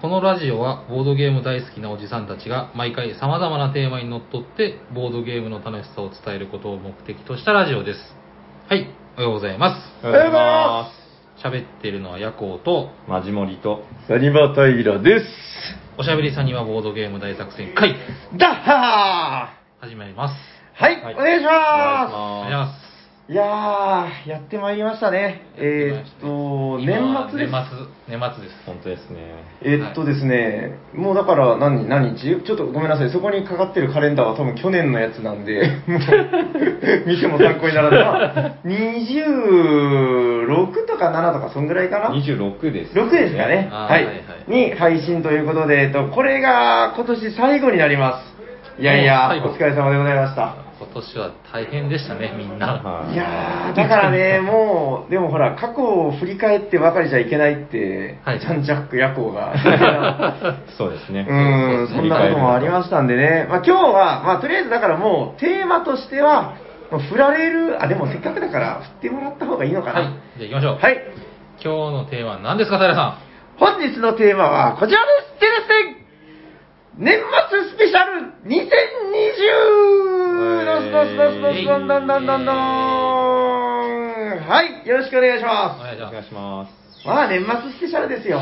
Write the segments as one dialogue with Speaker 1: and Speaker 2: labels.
Speaker 1: このラジオはボードゲーム大好きなおじさんたちが毎回様々なテーマにのっとってボードゲームの楽しさを伝えることを目的としたラジオです。はい、おはようございま。
Speaker 2: おはようございます
Speaker 1: 喋っているのは夜行と、
Speaker 2: す。マジモリと。
Speaker 3: サニバタイラです。
Speaker 1: おしゃべりさんにはボードゲーム大作戦会、
Speaker 3: ダッハ
Speaker 1: 始まります。
Speaker 3: ーはい、
Speaker 2: はい
Speaker 3: お願いしま
Speaker 1: お
Speaker 2: あ
Speaker 1: 願
Speaker 2: ー
Speaker 1: いします。
Speaker 3: す。いやー、やってまいりましたね。えーっと、
Speaker 1: 今は
Speaker 3: 年末です。
Speaker 1: 年末、年末です。
Speaker 2: 本当ですね。
Speaker 3: えーっとですね、もうだから何、何日ちょっとごめんなさい、そこにかかってるカレンダーは多分去年のやつなんで、 もう見ても参考にならない。26とか7とか、そんぐらいかな。
Speaker 2: 26です、
Speaker 3: 6ですかね、
Speaker 1: あー
Speaker 3: はい
Speaker 1: はいはい
Speaker 3: に配信ということで、えっと、これが今年最後になります。いやいや、
Speaker 1: もう最後
Speaker 3: お疲れ様でございました。
Speaker 1: 今年は大変でしたね、みんな。
Speaker 2: はい
Speaker 3: いやー、だか らね、もう、でもほら、過去を振り返ってばかりじゃいけないって、
Speaker 1: はい
Speaker 3: ジャンジャック夜行が。
Speaker 2: そうです
Speaker 3: う
Speaker 2: ね。
Speaker 3: ん、そんなこともありましたんでね、まあ、今日は、まあ、とりあえずだからもう、テーマとしては、もう振られる、あ、でもせっかくだから、振ってもらった方がいいのか
Speaker 1: はい、じ
Speaker 3: な。
Speaker 1: ゃあ行きましょう。
Speaker 3: はい、
Speaker 1: 今日のテーマは何ですか、平さ
Speaker 3: 本日のテーマはこちらですテレステ年末スペシャル2020どすどすどすどすどんどんどんどんどんはい、よろしくお願いし
Speaker 1: ん。お
Speaker 3: ま
Speaker 1: 願いし
Speaker 2: お
Speaker 1: ま
Speaker 2: 願い
Speaker 1: す。
Speaker 2: します。
Speaker 3: す。まあ、年末スペシャルですよ。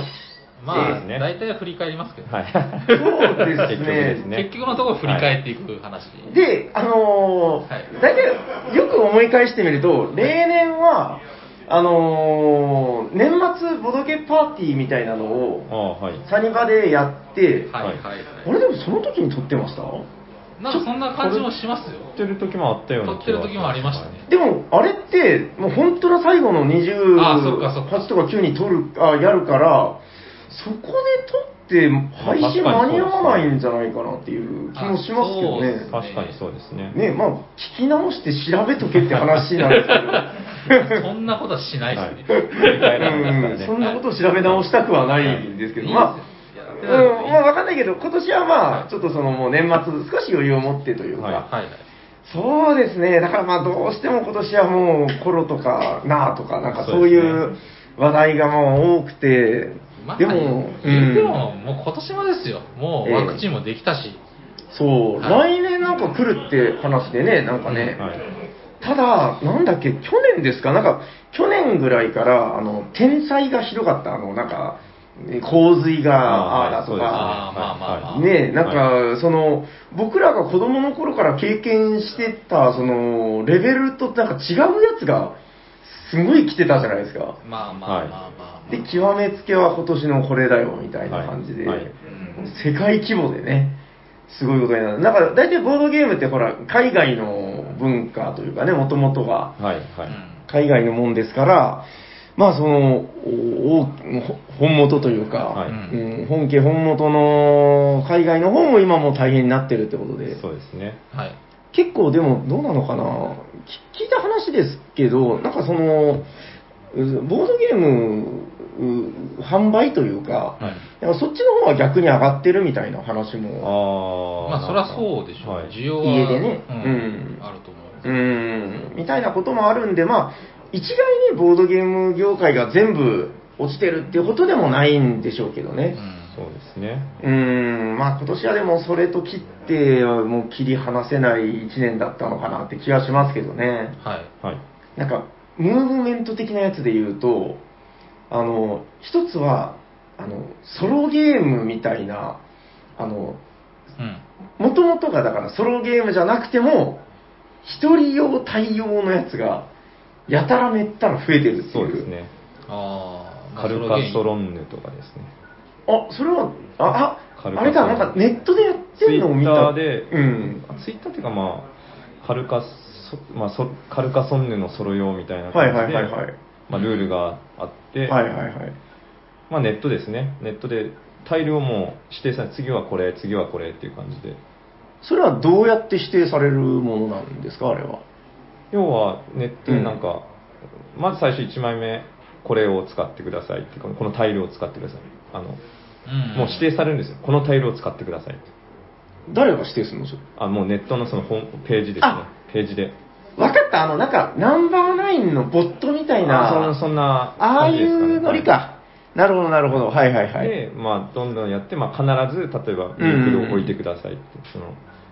Speaker 1: ま
Speaker 2: そう
Speaker 1: あ、
Speaker 2: ですね
Speaker 1: 大体は振り返りますけど、
Speaker 2: はい。
Speaker 3: そうです
Speaker 2: 結
Speaker 3: ね
Speaker 2: 局ですね。
Speaker 1: 結局のところ振り返っていく話。
Speaker 3: で、あのー
Speaker 1: はい
Speaker 3: 大体よく思い返してみると、例年は、あのー年末ボドゲパーティーみたいなの
Speaker 2: あ
Speaker 3: を、
Speaker 2: あ、はい。
Speaker 3: サニバでやって、
Speaker 1: はいはいはい。
Speaker 3: あれでもその時に撮ってました
Speaker 1: なんかそんな感じもしますよ。
Speaker 2: 撮ってる時もあったような
Speaker 1: 撮ってる時もありましたね。
Speaker 3: でも、あれって、もう本当の最後の
Speaker 1: あそっかそっか
Speaker 3: 28とか9に取る、あ、やるから、そこで取って配信
Speaker 2: まあ
Speaker 3: 間
Speaker 2: 確かにそうですね
Speaker 3: に合わないんじゃないかなっていう気もしますけど
Speaker 1: あそう
Speaker 3: ね。
Speaker 2: 確かにそうですね。
Speaker 3: ね、まあ、聞き直して調べとけって話なんです けど。
Speaker 1: そんなことはしない
Speaker 2: はい。
Speaker 1: です
Speaker 2: 振
Speaker 1: ね。
Speaker 2: り返らないですから
Speaker 3: う
Speaker 2: ね。
Speaker 3: んそんなことを調べ直したくはないんですけど、まあ、
Speaker 1: いいですよ
Speaker 3: うん、
Speaker 1: いやだって
Speaker 3: まあわかんないけど、今年はま
Speaker 1: は
Speaker 3: あ、
Speaker 1: い
Speaker 3: ちょっとそのもう年末少し余裕を持ってというか、
Speaker 2: はい
Speaker 1: はいはい。
Speaker 3: そうですね、だからまあどうしても今年はもう、コロとか、なあとか、なんか
Speaker 2: そ
Speaker 3: そう
Speaker 2: う
Speaker 3: い
Speaker 2: ですね
Speaker 3: う話題がもう多くて、
Speaker 1: まあ、
Speaker 3: で
Speaker 1: で
Speaker 3: も
Speaker 1: も、、
Speaker 3: うん
Speaker 1: でも、もう今年もですよ。もうワクチンもできたし。
Speaker 3: そう、
Speaker 1: は
Speaker 3: 来年なんか来るって話でね、なんかね、
Speaker 2: はい。
Speaker 3: ただ、なんだっけ、去年ですか、なんか、去年ぐらいから、あの、天災がひどかった、あの、なんか、ね洪水が、ああ
Speaker 2: ー
Speaker 3: だと
Speaker 1: ね
Speaker 3: か、
Speaker 1: あーまあまあまあ
Speaker 3: ねなんか、その、僕らが子供の頃から経験してた、その、レベルとなんか違うやつが、すごい来てたじゃないですか。
Speaker 1: まあまあまあまあまあ。
Speaker 3: で、極めつけは今年のこれだよ、みたいな感じで、
Speaker 2: はいはい
Speaker 3: 世界規模でね、すごいことになる。なんか、大体ボードゲームってほら、海外の文化というかね、もともとが、
Speaker 2: はい。
Speaker 1: う
Speaker 2: は
Speaker 1: ん
Speaker 2: い。
Speaker 3: 海外のもんですから、まあその、おおほ本元というか、
Speaker 2: はい
Speaker 3: うん本家本元の海外の方も今もう大変になってるってことで、
Speaker 2: そうですね。
Speaker 1: はい。
Speaker 3: 結構でもどうなのかな、き聞いた話ですけど、なんかその、うボードゲームう販売というか、
Speaker 1: はい
Speaker 3: なんかそっちの方は逆に上がってるみたいな話
Speaker 2: ああ
Speaker 3: も、。
Speaker 1: まあ、そりゃそうでしょ
Speaker 2: は
Speaker 1: う
Speaker 2: い。。
Speaker 1: 需要は。
Speaker 3: 家でね
Speaker 1: うん
Speaker 3: うん
Speaker 1: あると思う。
Speaker 3: うん、みたいなこともあるんで、まあ、一概にボードゲーム業界が全部落ちてるっていうことでもないんでしょうけどね。
Speaker 2: そうですね。
Speaker 3: うん、まあ今年はでもそれと切って、もう切り離せない一年だったのかなって気がしますけどね。
Speaker 1: はい。
Speaker 2: はい。
Speaker 3: なんか、ムーブメント的なやつで言うと、あの、一つは、あの、ソロゲームみたいな、あの、
Speaker 1: うん。
Speaker 3: もともとがだからソロゲームじゃなくても、一人用対応のやつが、やたらめったら増えてるっていう。
Speaker 2: そうです。ね。
Speaker 1: ああ、まあ
Speaker 2: カルカソ
Speaker 1: ン。
Speaker 2: ロンヌとかですね。
Speaker 3: あ、それは、あ、あ、
Speaker 2: 軽かった
Speaker 3: あれか、なんかネットでやってるのを見
Speaker 2: ツイ
Speaker 3: た。
Speaker 2: ッターで
Speaker 3: うん。
Speaker 2: ツイッターっていうかまあ、カルカソ、まあ、そカルカソンヌのソロ用みたいな
Speaker 3: はい
Speaker 2: 感じで、
Speaker 3: はいはいはい。
Speaker 2: まあ、ルールがあって、
Speaker 3: はいはいはい。
Speaker 2: まあ、ネットですね。ネットで、タイルをもう指定され次はこれ、次はこれっていう感じで。
Speaker 3: それはどうやって指定されるものなんですか、あれは。
Speaker 2: 要は、ネットでなんか、まず最初1枚目、これを使ってくださいっていうか、このタイルを使ってください。あの、
Speaker 1: うん。
Speaker 2: もう指定されるんですよ。このタイルを使ってくださいって。
Speaker 3: 誰が指定するのそれ。
Speaker 2: あ、もうネットのそのホームページですね
Speaker 3: あ。
Speaker 2: ページで。
Speaker 3: わかった、あの、なんか、ナンバーナインのボットみたいな、
Speaker 2: あそんな、そんな
Speaker 3: ああ
Speaker 2: 感じ
Speaker 3: い
Speaker 2: ですかね、
Speaker 3: うノリか。なるほど、なるほど。はいはいはい。
Speaker 2: で、まあ、どんどんやって、まあ、必ず、例えば、ウィークルを置いてくださいって、その、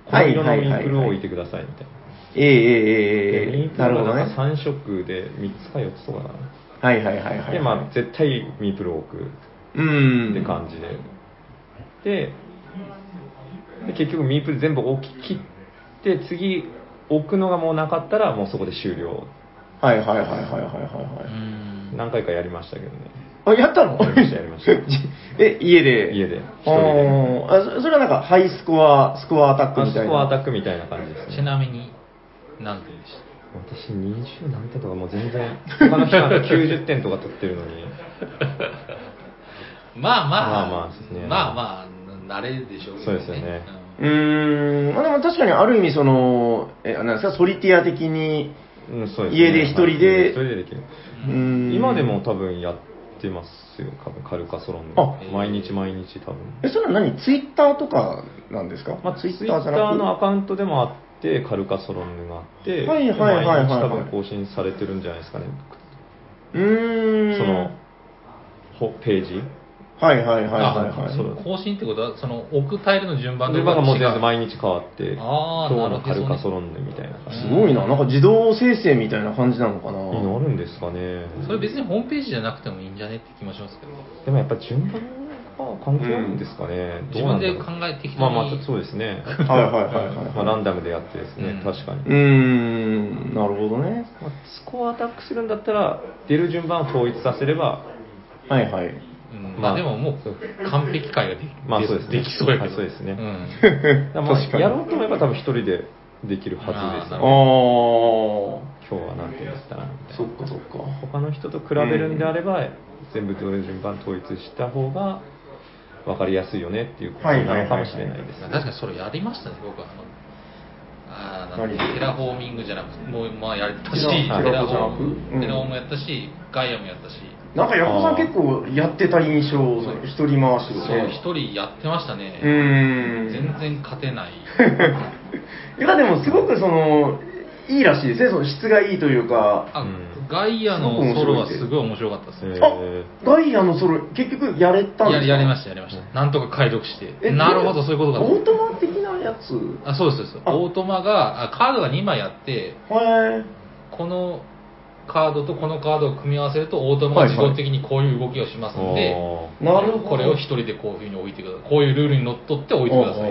Speaker 2: この色のウィークルを置いてくださいみたいな。
Speaker 3: ええ
Speaker 2: で
Speaker 3: ええええ
Speaker 2: ウィー
Speaker 3: え
Speaker 2: ク
Speaker 3: な
Speaker 2: ル
Speaker 3: るほ
Speaker 2: が
Speaker 3: どね
Speaker 2: なん。か3色で3つか4つとかか
Speaker 3: はいはいはい
Speaker 2: な。
Speaker 3: はい。
Speaker 2: で、まあ、絶対ミープルを置くっ
Speaker 3: うん。
Speaker 2: て感じで。で、で結局ミープル全部置き切って、次、置くのがもうなかったら、もうそこで終了。
Speaker 3: はいはいはいはいはいは
Speaker 1: う
Speaker 3: い
Speaker 1: ん。
Speaker 2: 何回かやりましたけどね。
Speaker 3: はい。あ、やったの
Speaker 2: やりましたやりました
Speaker 3: え、家で
Speaker 2: 家で一
Speaker 3: あ
Speaker 2: 人で
Speaker 3: ーあ、そそれはなんか、ハイスコア、スコアアタック
Speaker 2: あ
Speaker 3: み
Speaker 2: そ
Speaker 3: たい
Speaker 2: こはアタ
Speaker 3: な。
Speaker 2: ックみたいな感じです
Speaker 1: ち
Speaker 2: ね。
Speaker 1: なみに、何点でし
Speaker 2: 私20何点とかもう全然、他の人なんか90点とか取ってるのに。
Speaker 1: たまあまあ、
Speaker 2: まあまあですね
Speaker 1: まあまあ、慣れでしょうけど
Speaker 2: そうですよね
Speaker 3: うーん、まあでも確かにある意味その、え、なんですか、ソリティア的に、
Speaker 2: うん、そうです、
Speaker 3: 家で一人で
Speaker 2: はい一人でできる。
Speaker 3: うーん。
Speaker 2: 今でも多分やってますよ、多分カルカソロン
Speaker 3: あ
Speaker 2: の。毎日毎日多分。
Speaker 3: え、それは何ツイッターとかなんですか
Speaker 2: まあ、ツイッターのアカウントでもあって、カルカソロンがあって、
Speaker 3: はいはいはいはいは
Speaker 2: 毎
Speaker 3: い
Speaker 2: 日多分更新されてるんじゃないですかね。
Speaker 3: うーん。
Speaker 2: その、ほページ。
Speaker 3: はいはいはいはい
Speaker 1: あ
Speaker 3: はい。
Speaker 1: その更新ってことは、その置くタイルの順番
Speaker 2: で、
Speaker 1: と
Speaker 2: ま
Speaker 1: か
Speaker 2: だもう全然
Speaker 1: 違う
Speaker 2: 毎日変わって、
Speaker 1: あーな
Speaker 2: 今日
Speaker 1: る
Speaker 2: の
Speaker 1: ほど
Speaker 2: カルカソロンヌみたいな感じ
Speaker 3: すごいな、なんか自動生成みたいな感じなのか
Speaker 2: にな
Speaker 3: な。
Speaker 2: るんですかね。
Speaker 1: それ別にホームページじゃなくてもいいんじゃねって気もしますけど、
Speaker 2: でもやっぱ順番は関係あるんですかね。
Speaker 1: 自
Speaker 2: どう
Speaker 1: 分
Speaker 2: なんだ
Speaker 1: で
Speaker 2: ろう
Speaker 1: 考えてき
Speaker 2: まあまあ、そうですね。
Speaker 3: はいはいはい はい。
Speaker 2: まあ、ランダムでやってですね、
Speaker 1: うん
Speaker 2: 確かに
Speaker 3: う。ーん、なるほどね。
Speaker 2: まあスコアアタックするんだったら、出る順番を統一させれば、
Speaker 3: はいはい。
Speaker 1: うんま
Speaker 2: ま
Speaker 1: あ
Speaker 2: あ
Speaker 1: でももう完璧解ができ,、
Speaker 2: まあそうですね
Speaker 1: できそうやけど
Speaker 2: はいそうですね
Speaker 1: ん
Speaker 2: まあ
Speaker 3: 確かに
Speaker 2: やろうと思えば多分一人でできるはずです
Speaker 1: あーなる
Speaker 3: ああ
Speaker 1: ほ
Speaker 2: ね。
Speaker 3: ー、
Speaker 2: 今日は何点だったな、みたい
Speaker 3: そっ
Speaker 2: な。
Speaker 3: かそっか。
Speaker 2: 他の人と比べるんであれば、全部どれ順番統一した方が分かりやすいよねっていうことなのかもしれないです
Speaker 1: まあ
Speaker 2: ね。
Speaker 1: 確かにそれやりましたね僕はあのあーなん
Speaker 3: 何
Speaker 1: でテラフォーミングじゃなくてもうまあやったし
Speaker 3: テ
Speaker 1: テラフ
Speaker 2: ラ
Speaker 3: テラフ
Speaker 1: ォー
Speaker 3: ォーじゃなくうん
Speaker 1: テラフォーもやったしガイアもやったし
Speaker 3: なんか、ヤコさん
Speaker 2: あー
Speaker 3: 結構やってた印象、その一人回し
Speaker 1: そ
Speaker 3: を
Speaker 1: う
Speaker 3: ね。
Speaker 1: 一人やってましたね、
Speaker 3: うーん。
Speaker 1: 全然勝て ない
Speaker 3: いや、でもすごくその、いいらしいですね、その質がいいというか。
Speaker 1: あ、
Speaker 2: うん
Speaker 1: ガイアのソロはすごい面白かったですね
Speaker 2: えー
Speaker 3: あガイアのソロ、結局やれたんです
Speaker 1: やや
Speaker 3: か
Speaker 1: りましたやりましたなんとか解読して
Speaker 3: え
Speaker 1: なるほどそういうことかと
Speaker 3: オートマ的なやつ
Speaker 1: あそうですそうです
Speaker 3: あ
Speaker 1: オートマがあカードが2枚あって
Speaker 3: はい。
Speaker 1: このカードとこのカードを組み合わせるとオートマが自動的にこういう動きをしますんで、
Speaker 2: おー
Speaker 3: なるほど。
Speaker 1: これを一人でこういうふうに置いてくださいこういうルールにのっとって置いてください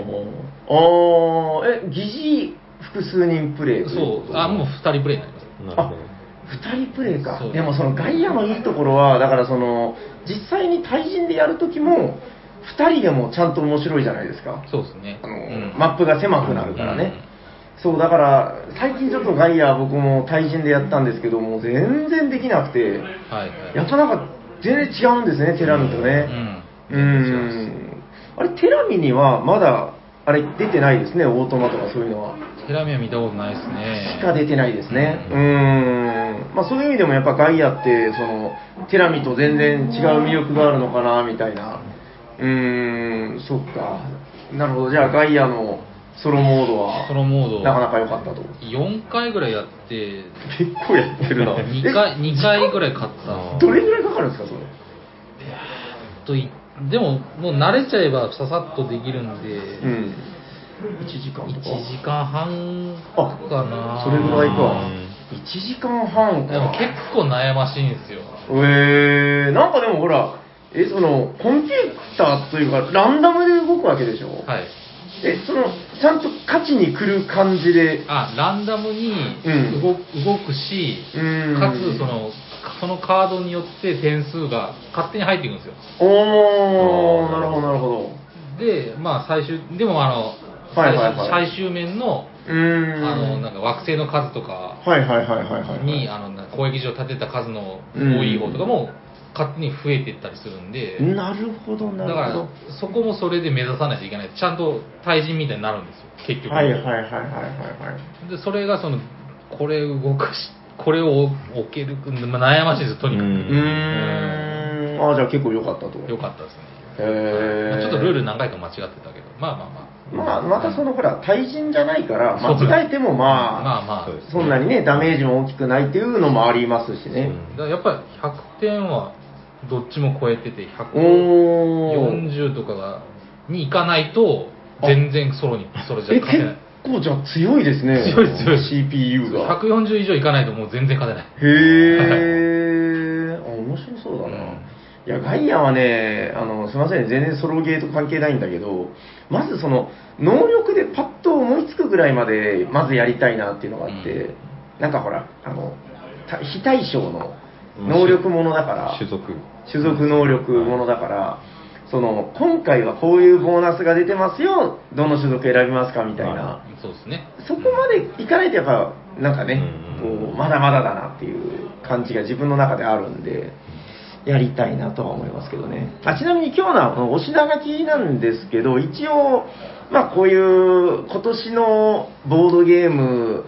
Speaker 3: あああえ、疑似複数人プレイとい
Speaker 1: そ
Speaker 3: こ
Speaker 1: う
Speaker 3: と
Speaker 1: あもう2人プレイになります
Speaker 2: なるほど。
Speaker 3: 二人プレイか
Speaker 1: そう
Speaker 3: でもそのガイアのいいところはだからその実際に対人でやるときも二人でもちゃんと面白いじゃないですか
Speaker 1: そうですね
Speaker 3: あの、
Speaker 1: うん
Speaker 3: マップが狭くなるからね、そうだから最近ちょっとガイア僕も対人でやったんですけども全然できなくて
Speaker 1: はいはい
Speaker 3: やっぱなんか全然違うんですねテラミとね
Speaker 1: うん
Speaker 3: うんあれテラミにはまだあれ出てないですねオートマとかそういうのは
Speaker 1: テラミは見たことないですね
Speaker 3: しか出てないですね。う
Speaker 1: う
Speaker 3: ーん。まあそういう意味でもやっぱガイアって、その、テラミと全然違う魅力があるのかな、みたいな。うーん、そっか。なるほど。じゃあガイアのソロモードは、
Speaker 1: ソロモード
Speaker 3: なかなか良かったと。
Speaker 1: 4回ぐらいやって
Speaker 3: 結構やってるな。
Speaker 1: 2回
Speaker 3: え
Speaker 1: 二回ぐらい勝った
Speaker 2: あ
Speaker 3: どれぐらいかかるんですか、それ。
Speaker 1: といでももう慣れちゃえばささっとできるんで、
Speaker 3: うん。1時間
Speaker 1: 1
Speaker 3: とか。
Speaker 1: 時間半
Speaker 3: あ
Speaker 1: かな
Speaker 3: それぐらいか
Speaker 2: うん。
Speaker 3: 1時間半か。
Speaker 1: でも結構悩ましいんですよ
Speaker 3: えー、なんかでもほら、え、その、コンピューターというか、ランダムで動くわけでしょ
Speaker 1: はい
Speaker 3: え、その、ちゃんと勝ちに来る感じで、
Speaker 1: あランダムに
Speaker 3: うん
Speaker 1: 動,、動くし
Speaker 3: うーん
Speaker 1: かつそ、のそのカードによって点数が勝手に入っていくんですよ
Speaker 3: おー、
Speaker 2: あー
Speaker 3: なるほど、なるほど。
Speaker 1: でまあ最終でもあの
Speaker 3: は
Speaker 1: 最終,、
Speaker 3: いはいはい
Speaker 1: 最終面の
Speaker 3: うー
Speaker 1: あ
Speaker 3: ん。
Speaker 1: のなんか惑星の数とか
Speaker 3: はいはいはいはいはい。
Speaker 1: にあのな攻撃上立てた数の多い方とかも勝手に増えていったりするんで、
Speaker 3: なるほど、
Speaker 1: だ
Speaker 3: な
Speaker 1: か
Speaker 3: るほ
Speaker 1: ら
Speaker 3: ど。
Speaker 1: そこもそれで目指さないといけないちゃんと対人みたいになるんですよ結局、
Speaker 3: はいはいはいはいはいはい。
Speaker 1: でそれがそのこれ動かしこれを置けるまあ悩ましいですとにかく、
Speaker 2: う
Speaker 3: うんーん。あー、じゃあ結構良かったと。
Speaker 1: 良かったですね、
Speaker 3: へー
Speaker 1: ちょっとルール何回か間違ってたけどまあまあまあ
Speaker 3: まあ、またそのほら、対人じゃないから、
Speaker 1: そう
Speaker 3: 間違えてもまあ、
Speaker 1: まあまあ
Speaker 2: そうです
Speaker 3: そんなにね、ダメージも大きくないっていうのもありますしね。
Speaker 1: だからやっぱり100点はどっちも超えてて、100
Speaker 3: おー。
Speaker 1: 40とかがに行かないと、全然ソロに、それじゃ
Speaker 3: え、
Speaker 1: 勝て
Speaker 3: 結
Speaker 1: ない。
Speaker 3: 構じゃあ強いですね。
Speaker 1: 強い強い
Speaker 3: CPU が。
Speaker 1: 140以上行かないともう全然勝てない。
Speaker 3: へー。あ、面白そうだな。いや、ガイアはね、あの、すいません、全然ソロゲーと関係ないんだけど、まずその、能力でパッと思いつくぐらいまで、まずやりたいなっていうのがあって、
Speaker 1: うん
Speaker 3: なんかほら、あの、た非対称の能力ものだから、
Speaker 2: 種族
Speaker 3: 種族能力ものだから、その今回はこういうボーナスが出てますよ、どの種族選びますかみたいな
Speaker 2: は、
Speaker 1: そうですね。
Speaker 3: そこまでいかないと、やっぱなんかね、
Speaker 2: うんうんうん
Speaker 3: こうまだまだだなっていう感じが自分の中であるんで、やりたいなとは思いますけどね、あちなみに今日のあのお品書きなんですけど、一応、まあ、こういう今年のボードゲーム、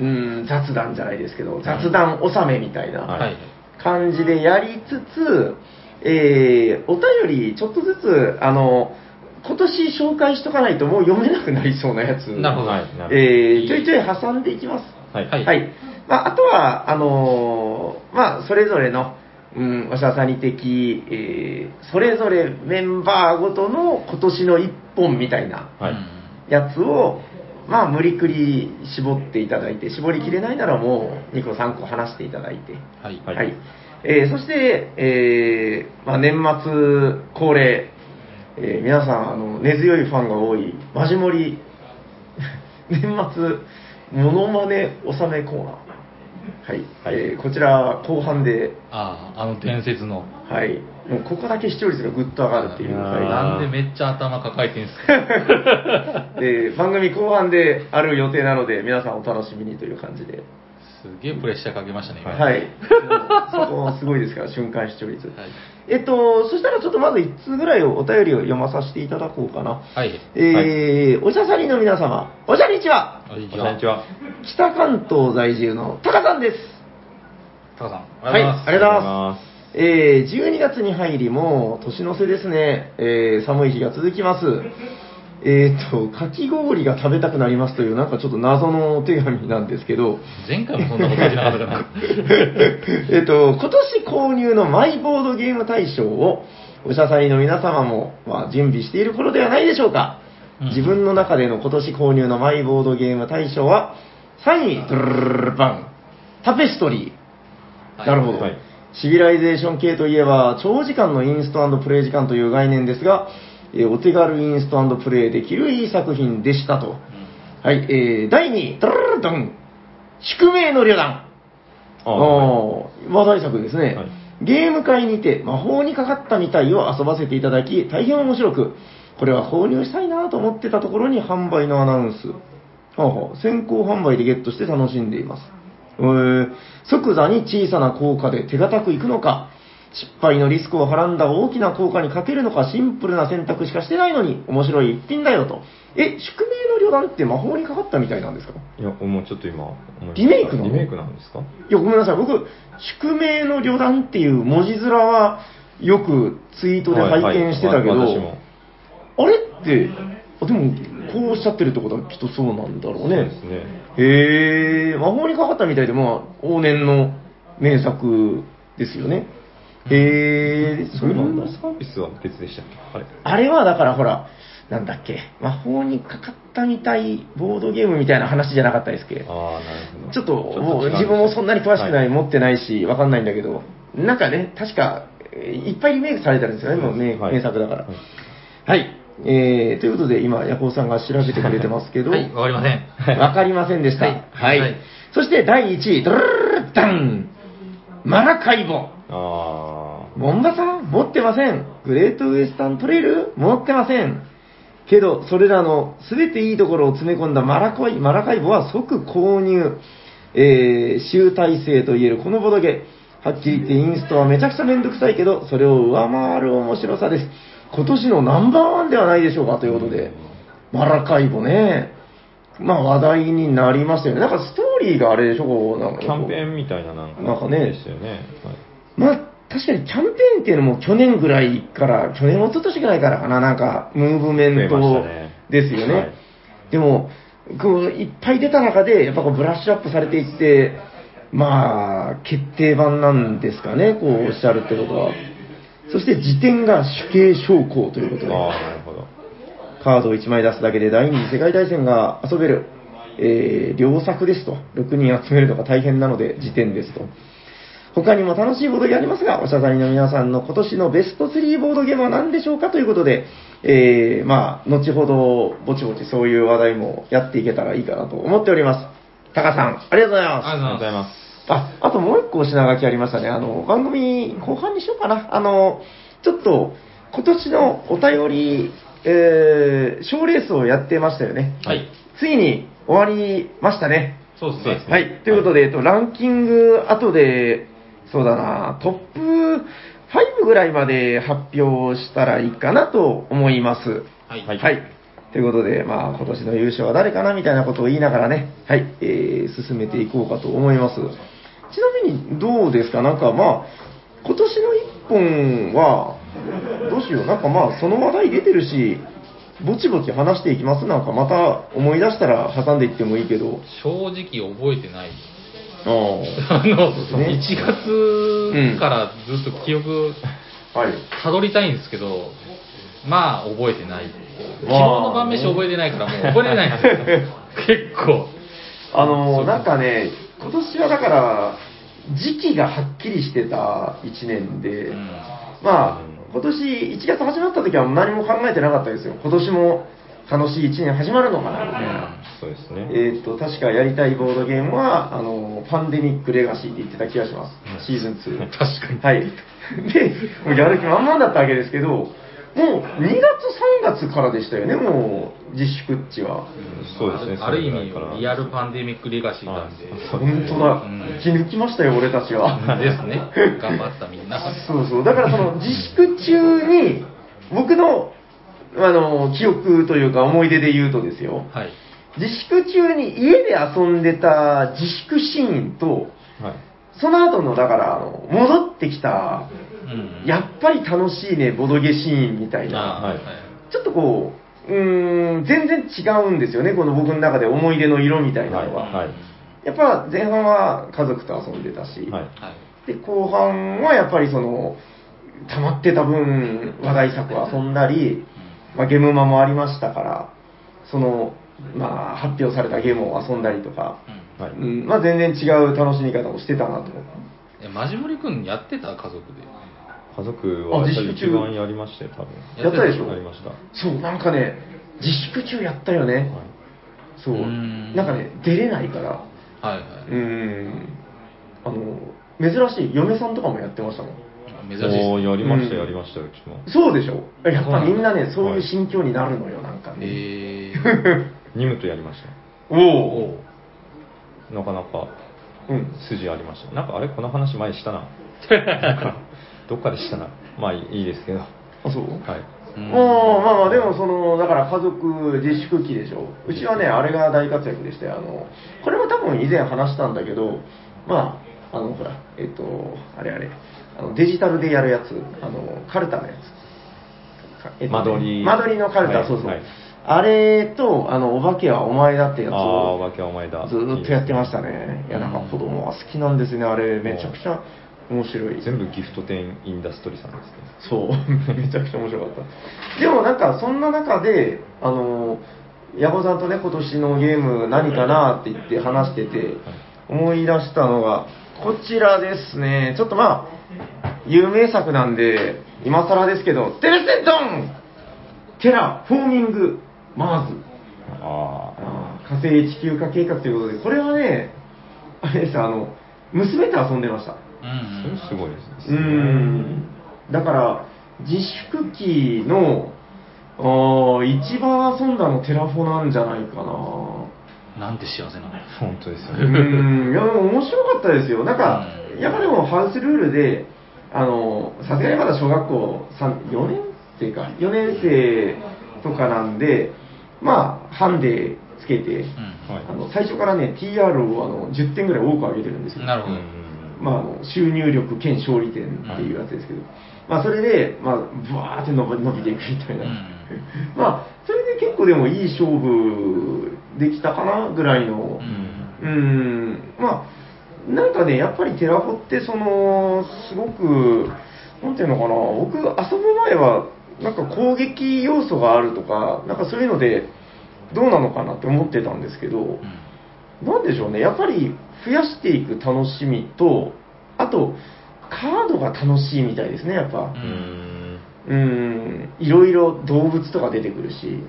Speaker 3: うん、雑談じゃないですけど、雑談納めみたいな。
Speaker 2: はい
Speaker 1: はい。
Speaker 3: 感じでやりつつ、えーお便りちょっとずつ、あの、今年紹介しとかないともう読めなくなりそうなやつ、
Speaker 1: なるほど。
Speaker 2: はいな
Speaker 3: えーちょいちょい挟んでいきます。
Speaker 2: はい、
Speaker 1: は
Speaker 3: はいい。まあ、あとは、あのーまあ、それぞれの、うん、わしゃさに的、えーそれぞれメンバーごとの今年の一本みたいな
Speaker 2: はい
Speaker 1: うん
Speaker 3: やつを、まあ、無理くり絞っていただいて、絞りきれないならもう2個3個話していただいて。
Speaker 1: はい。
Speaker 2: は
Speaker 3: はいい。えーそして、えーまあ、年末恒例、えー皆さん、あの、根強いファンが多い、マジモリ、 年末、モノマネ納めコーナー。はい。
Speaker 2: はい
Speaker 3: えーこちら、後半で、
Speaker 1: ああ、あの伝説の。
Speaker 3: はい。もう、ここだけ視聴率がぐっと上がるっていう。
Speaker 2: いやー
Speaker 3: は
Speaker 1: なんでめっちゃ頭抱えてんすか
Speaker 3: い。で、番組後半である予定なので、皆さんお楽しみにという感じで。
Speaker 1: すげえプレッシャーかけましたね、今。
Speaker 3: はい。もうそこはすごいですから、瞬間視聴率。
Speaker 1: はい
Speaker 3: えっと、そしたらちょっとまず1通ぐらいをお便りを読まさせていただこうかな。
Speaker 1: はい。
Speaker 3: えーおしゃさりの皆様、おしゃにちは
Speaker 1: こんに
Speaker 2: こんにち。は
Speaker 3: 北関東在住のタカさんです。
Speaker 1: タカさん。
Speaker 3: はい、ありがとうご
Speaker 2: あ
Speaker 3: ざい
Speaker 2: りがとうございま
Speaker 3: ますす。えー12月に入り、もう年の瀬ですね、えー寒い日が続きます。えーっと、かき氷が食べたくなりますという、なんかちょっと謎のお手紙なんですけど、
Speaker 1: 前回もそんなこと言ってなかったか
Speaker 3: えっと、今年購入のマイボードゲーム大賞を、おしゃさりの皆様も、まあ、準備している頃ではないでしょうか。
Speaker 1: うん
Speaker 3: 自分の中での今年購入のマイボードゲーム大賞は、3位、ドゥルルルルルバン、タペストリー。
Speaker 1: はい
Speaker 3: なるほど、
Speaker 2: はい
Speaker 3: シビライゼーション系といえば、長時間のインストプレイ時間という概念ですが、えーお手軽インストプレイできるいい作品でしたと。
Speaker 1: な。
Speaker 3: はい、えー、第2位、ドゥルルルドン、宿命の旅団。
Speaker 2: あ
Speaker 3: あ
Speaker 2: は
Speaker 3: あ、話題作ですね、
Speaker 2: はい
Speaker 3: ゲーム会にて魔法にかかったみたいを遊ばせていただき、大変面白く、これは購入したいなと思ってたところに販売のアナウンス。はあはあ先行販売でゲットして楽しんでいます。えー即座に小さな効果で手堅くいくのか、失敗のリスクをはらんだ大きな効果にかけるのかシンプルな選択しかしてないのに面白い一品だよと。え、宿命の旅団って魔法にかかったみたいなんですか
Speaker 2: いいやもうちょっと今思いました
Speaker 3: リメイクなの
Speaker 2: リメイクなんですか
Speaker 3: いや、ごめんなさい。僕、宿命の旅団っていう文字面は、よくツイートで拝見してたけど、
Speaker 2: はいはいわ私も
Speaker 3: あれって、あでも、こうおっしゃってるってことはきっとそうなんだろう
Speaker 2: そうで
Speaker 3: ね。
Speaker 2: すね
Speaker 3: へえ魔法にかかったみたいで、まあ、往年の名作ですよね。へえそうなんだ。
Speaker 2: サービスは別でしたっけあれ
Speaker 3: あれはだからほら、なんだっけ、魔法にかかったみたい、ボードゲームみたいな話じゃなかったですっけ
Speaker 2: ああなるほど
Speaker 3: ちょっと
Speaker 2: 違う
Speaker 3: もう自分もそんなに詳しくない、
Speaker 2: は
Speaker 3: 持ってないし、わかんないんだけど、なんかね、確か、えーいっぱいリメイクされてるんですよね、もう名,、
Speaker 2: はい
Speaker 3: 名作だから。
Speaker 2: はい
Speaker 3: はい、えーということで、今、ヤホーさんが調べてくれてますけど、
Speaker 1: はい、わかりません。
Speaker 3: わかりませんでした。
Speaker 1: はい
Speaker 3: はい。
Speaker 1: はい
Speaker 3: そして第1位、ドルルルルダンマラカイボ
Speaker 2: あ
Speaker 3: モンバさん持ってません。グレートウエスタントレイル持ってません。けど、それらの全ていいところを詰め込んだマラコイマラカイボは即購入。えー、集大成といえるこのボドゲ。はっきり言ってインストはめちゃくちゃめんどくさいけど、それを上回る面白さです。今年のナンバーワンではないでしょうかということで。マラカイボね。まあ話題になりましたよね。なんかストーリーがあれでしょこうな
Speaker 2: あ
Speaker 3: んか
Speaker 2: キャンペーンみたいななんか
Speaker 3: なんかね
Speaker 2: でしたよねはい
Speaker 3: まあ、確かにキャンペーンっていうのも去年ぐらいから、去年、一昨年ぐらいからかな、なんか、ムーブメン
Speaker 2: 増えまし
Speaker 3: ト
Speaker 2: たね
Speaker 3: ですよね。
Speaker 2: はい
Speaker 3: でも、こう、いっぱい出た中で、やっぱこう、ブラッシュアップされていって、まあ、決定版なんですかね、こう、おっしゃるってことは。そして辞典が主刑将校ということで、
Speaker 2: ああ、なるほど。。
Speaker 3: カードを1枚出すだけで第二次世界大戦が遊べる、えー良作ですと。6人集めるのが大変なので辞典ですと。他にも楽しいボードゲームありますが、おしゃさりの皆さんの今年のベスト3ボードゲームは何でしょうかということで、えー、まあ、後ほど、ぼちぼちそういう話題もやっていけたらいいかなと思っております。タカさん、ありがとうございます。
Speaker 1: ありがとうございます
Speaker 3: あ、あともう一個品書きありましたね。あの、番組後半にしようかな。あの、ちょっと、今年のお便り、えー、賞レースをやってましたよね。
Speaker 1: はい。
Speaker 3: ついに終わりましたね。
Speaker 1: そうです
Speaker 2: そう
Speaker 1: ね
Speaker 2: です。ね
Speaker 3: はい。ということで、えっと、ランキング後で、そうだな、トップ5ぐらいまで発表したらいいかなと思います。
Speaker 1: はい。
Speaker 2: はい
Speaker 3: はい。ということで、まあ、今年の優勝は誰かなみたいなことを言いながらね、はい、えー進めていこうかと思います。ちなみに、どうですかなんかまあ、今年の一本は、どうしよう。なんかまあ、その話題出てるし、ぼちぼち話していきます。なんかまた思い出したら挟んでいってもいいけど。
Speaker 1: 正直覚えてない。
Speaker 3: ああ。
Speaker 1: あの、
Speaker 3: ね
Speaker 1: 1月からずっと記憶
Speaker 3: はい。
Speaker 1: たどりたいんですけど、まあ覚えてない。昨日の晩飯覚えてないからもう覚えれないんですよ。結構。
Speaker 3: あのなんかね、今年はだから、時期がはっきりしてた1年で、
Speaker 1: うん
Speaker 3: まあ、今年1月始まった時は何も考えてなかったですよ。今年も楽しい1年始まるのかな、みたいな。
Speaker 2: そうですね。
Speaker 3: えーっと、確かやりたいボードゲームは、あのパンデミックレガシーって言ってた気がします。シーズン2。
Speaker 1: 確かに。
Speaker 3: はい。で、もうやる気満々だったわけですけど、もう2月3月からでしたよね、もう自粛っちは。
Speaker 2: そうですね。
Speaker 1: ある意
Speaker 2: それぐらい
Speaker 1: 味、
Speaker 2: かな
Speaker 1: リアルパンデミックレガシーなんで。
Speaker 2: はい
Speaker 3: 本当だ
Speaker 1: うん、
Speaker 3: 気抜きましたよ、俺たちは。
Speaker 1: ですね。頑張ったみんな。
Speaker 3: そうそう、だからその自粛中に、僕のあの記憶というか、思い出で言うとですよ、
Speaker 1: はい。
Speaker 3: 自粛中に家で遊んでた自粛シーンと、
Speaker 2: はい。
Speaker 3: その後の、だからあの、戻ってきた、
Speaker 1: うん。
Speaker 3: やっぱり楽しいね、ボドゲシーンみたいな。
Speaker 1: ああ、
Speaker 2: は
Speaker 1: はいい。
Speaker 3: ちょっとこう、うーん、全然違うんですよね、この僕の中で思い出の色みたいなのは。
Speaker 2: はい
Speaker 3: やっぱ前半は家族と遊んでたし、
Speaker 2: はい。
Speaker 1: はい。
Speaker 3: で後半はやっぱりその、溜まってた分、話題作を遊んだり、まあ、ゲームマもありましたから、その、まあ、発表されたゲームを遊んだりとか、
Speaker 1: うん
Speaker 2: は
Speaker 3: う
Speaker 2: い。
Speaker 3: んまあ、全然違う楽しみ方をしてたなと。
Speaker 1: え、マジモリ君やってた家族で。
Speaker 2: 家族はやっぱり一番やりましたよ、多分。
Speaker 3: やったでしょ
Speaker 2: やりました。は
Speaker 3: そう、なんかね、自粛中やったよね。そう。
Speaker 1: うん
Speaker 3: なんかね、出れないから。
Speaker 1: はいは
Speaker 3: うーんあの珍しい嫁さんとかもやってましたもん
Speaker 1: い。
Speaker 2: い。
Speaker 1: 珍しいです
Speaker 2: おー
Speaker 1: ね。
Speaker 2: やりました、
Speaker 3: うん
Speaker 2: やりました、うちも。
Speaker 3: そうでしょやっぱみんな
Speaker 2: は
Speaker 3: ね
Speaker 2: い
Speaker 3: そういう心境になるのよなんかね、
Speaker 1: えー。
Speaker 2: ニムとやりまし
Speaker 3: お
Speaker 1: お
Speaker 3: お
Speaker 1: う
Speaker 2: た。なかなか
Speaker 3: うん
Speaker 2: 筋ありました。なんかあれ、この話前した な。なんかどっかでしたな。まあいいいいですけど。は
Speaker 3: あそう、
Speaker 2: い。
Speaker 1: うん
Speaker 3: もうまあまあでもそのだから家族自粛期でしょうちはねあれが大活躍でしてあのこれも多分以前話したんだけどまああのほらえっとあれあれあのデジタルでやるやつあのカルタのやつかえっと
Speaker 2: 間
Speaker 3: ね
Speaker 2: 取り
Speaker 3: 間取りのカルタ、
Speaker 2: はい
Speaker 3: そうそう、
Speaker 2: はい
Speaker 3: あれとあのお化けはお前だってやつ
Speaker 2: ああ、
Speaker 3: を
Speaker 2: お化けはお前だ。
Speaker 3: ずーっとやってましたね。いや、なんか子供は好きなんですね、あれ、めちゃくちゃ面白い。
Speaker 2: 全部ギフト店インダストリーさんですね。
Speaker 3: そう、 めちゃくちゃ面白かった。でもなんか、そんな中で、あの、矢後さんとね、今年のゲーム何かなって言って話してて、思い出したのが、こちらですね。ちょっとまあ、有名作なんで、今更ですけど、テレセントンテラフォーミングマーズ。
Speaker 2: あ
Speaker 3: あー火星地球化計画ということで、これはね、あれです、あの、娘と遊んでました。
Speaker 1: う
Speaker 2: あ、
Speaker 1: ん
Speaker 2: それ
Speaker 1: うん
Speaker 2: すごいです
Speaker 3: うー
Speaker 2: ね。
Speaker 3: ん。だから、自粛期の、あー一番遊んだのテラフォなんじゃないかな。
Speaker 1: なんて幸せなの
Speaker 2: 本当ですよ
Speaker 3: う
Speaker 2: ね。
Speaker 3: ーん、いや、でも面白かったですよ。なんか
Speaker 1: う、ん
Speaker 3: やっぱでもハウスルールで、あの、さすがにまだ小学校3 4年生か、4年生とかなんで、まあ、ハンデつけて、
Speaker 1: う
Speaker 2: はい
Speaker 3: あの最初からね、TR をあの10点ぐらい多く上げてるんですよ。
Speaker 1: ん。なる
Speaker 2: う
Speaker 1: ほど。
Speaker 2: ん
Speaker 3: まあ、あの収入力兼勝利点っていうやつですけど、まあ、それで、まあ、ぶわーって伸び伸びていくみたいな、
Speaker 1: うん
Speaker 3: まあ、それで結構でもいい勝負できたかなぐらい
Speaker 1: う、ん。
Speaker 3: のうん、まあ、なんかね、やっぱりテラフォって、その、すごく、なんていうのかな、僕、遊ぶ前は、なんか攻撃要素があるとか、なんかそういうので、どうなのかなって思ってたんですけど、なんでしょうね、やっぱり増やしていく楽しみと、あと、カードが楽しいみたいですね、やっぱ
Speaker 1: う。ん
Speaker 3: うん、いろいろ動物とか出てくるし、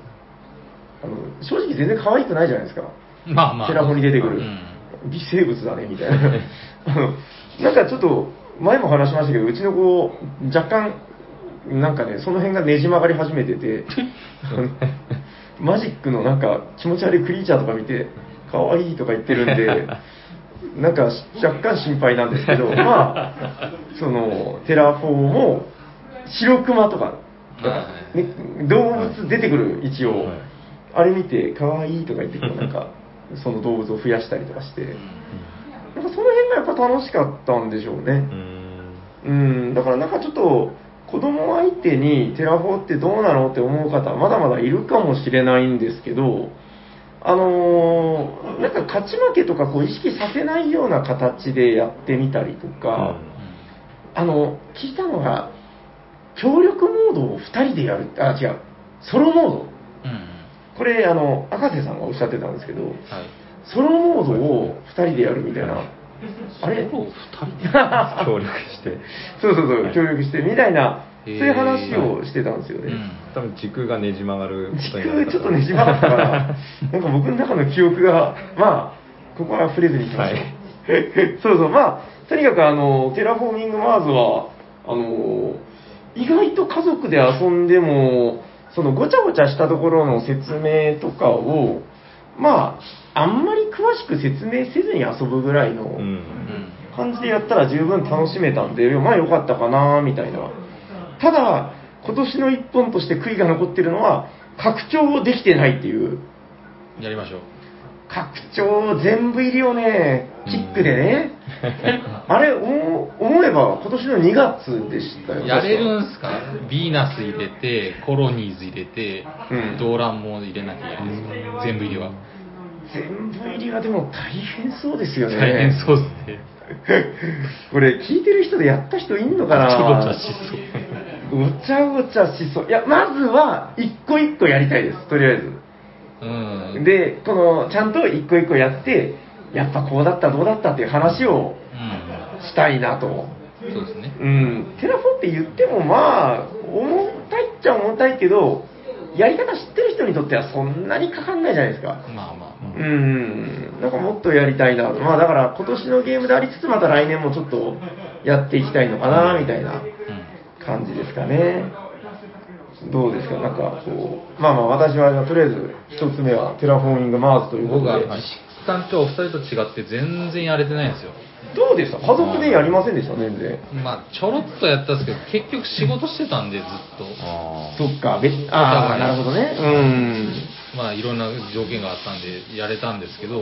Speaker 3: あの正直全然可愛くないじゃないですか。
Speaker 1: まあまあ。
Speaker 3: テラフォに出てく
Speaker 1: う
Speaker 3: る
Speaker 1: ん。
Speaker 3: 微生物だね、みたいな。 あのなんかちょっと、前も話しましたけど、うちの子、若干、なんかね、その辺がねじ曲がり始めて て、あのマジックのなんか気持ち悪いクリーチャーとか見て、可愛いとか言ってるん で、なんか若干心配なんですけど、まあ、その、テラフォーも、白クマとか、
Speaker 1: はい
Speaker 3: ね、動物出てくる、一応。
Speaker 2: はい
Speaker 3: あれ見て、可愛いとか言って、こうなんか、その動物を増やしたりとかして、なんかその辺がやっぱ楽しかったんでしょうね。
Speaker 2: うん
Speaker 3: うん、だからなんかちょっと、子供相手にテラフォーってどうなのって思う方、まだまだいるかもしれないんですけど、あのーなんか勝ち負けとかこう意識させないような形でやってみたりとか、あの、聞いたのが、協力モードを2人でやる、あ、違う、ソロモード。
Speaker 1: うん。
Speaker 3: これ、あの、赤瀬さんがおっしゃってたんですけど、
Speaker 1: はい。
Speaker 3: ソロモードを2人でやるみたいな、あれ
Speaker 1: ソロを二人で
Speaker 2: 協力して
Speaker 3: そうそうそう、協力してみたいな、そう
Speaker 1: へー
Speaker 3: いう話をしてたんですよ
Speaker 1: う
Speaker 3: ね。
Speaker 1: ん
Speaker 2: 多分時空がねじ曲がる
Speaker 3: 時
Speaker 2: にな
Speaker 3: 空
Speaker 2: た
Speaker 3: ちょっとねじ曲がったから、なんか僕の中の記憶が、まあ、ここは触れずに行きましょう。
Speaker 2: はい
Speaker 3: そうそう、まあ、とにかくあの、テラフォーミングマーズは、あの、意外と家族で遊んでも、そのごちゃごちゃしたところの説明とかを、まあ、あんまり詳しく説明せずに遊ぶぐらいの、
Speaker 2: うん
Speaker 1: うん。
Speaker 3: 感じでやったら十分楽しめたんで、まあ良かったかなみたいな。ただ、今年の一本として悔いが残ってるのは、拡張をできてないっていう。
Speaker 1: やりましょう。
Speaker 3: 拡張全部入りよね、キックでね。あれ、思思えば今年の2月でしたよ。
Speaker 1: やれる
Speaker 3: 確
Speaker 1: んすかヴィーナス入れて、コロニーズ入れて、
Speaker 3: うん
Speaker 1: 動乱も入れなきゃいけないですか全部入りは。
Speaker 3: か全部入りはでも大変そうですよね。
Speaker 1: 大変そうですね。
Speaker 3: これ、聞いてる人でやった人いんのか
Speaker 1: ごち
Speaker 3: な
Speaker 1: ゃごちゃしそう。
Speaker 3: ごちゃごちゃしそう。いや、まずは、一個一個やりたいです、とりあえず。
Speaker 1: うん。
Speaker 3: で、この、ちゃんと一個一個やって、やっぱこうだった、どうだったっていう話を
Speaker 1: うん。
Speaker 3: したいなと。
Speaker 1: そうですね。
Speaker 3: うん、テラフォって言ってもまあ、重たいっちゃ重たいけど、やり方知ってる人にとってはそんなにかかんないじゃないですか。
Speaker 1: まあまあま
Speaker 3: うん、なんかもっとやりたいなと。まあだから今年のゲームでありつつ、また来年もちょっとやっていきたいのかな、みたいな。
Speaker 1: あ。うん。
Speaker 3: 感じですかね。どうですか、なんかこう、まあまあ、私はとりあえず、一つ目はテラフォーミングマーズということ
Speaker 1: 僕は
Speaker 3: で、
Speaker 1: 実感とお二人と違って全然やれてないんですよ。
Speaker 3: どうでした、家族でやりませんでした、全然。
Speaker 1: まあ、ちょろっとやったんですけど、結局仕事してたんで、ずっと。
Speaker 2: あ
Speaker 3: そっか、別ああ、
Speaker 1: だから
Speaker 3: なるほどね、うん、
Speaker 1: まあ、いろんな条件があったんで、やれたんですけど、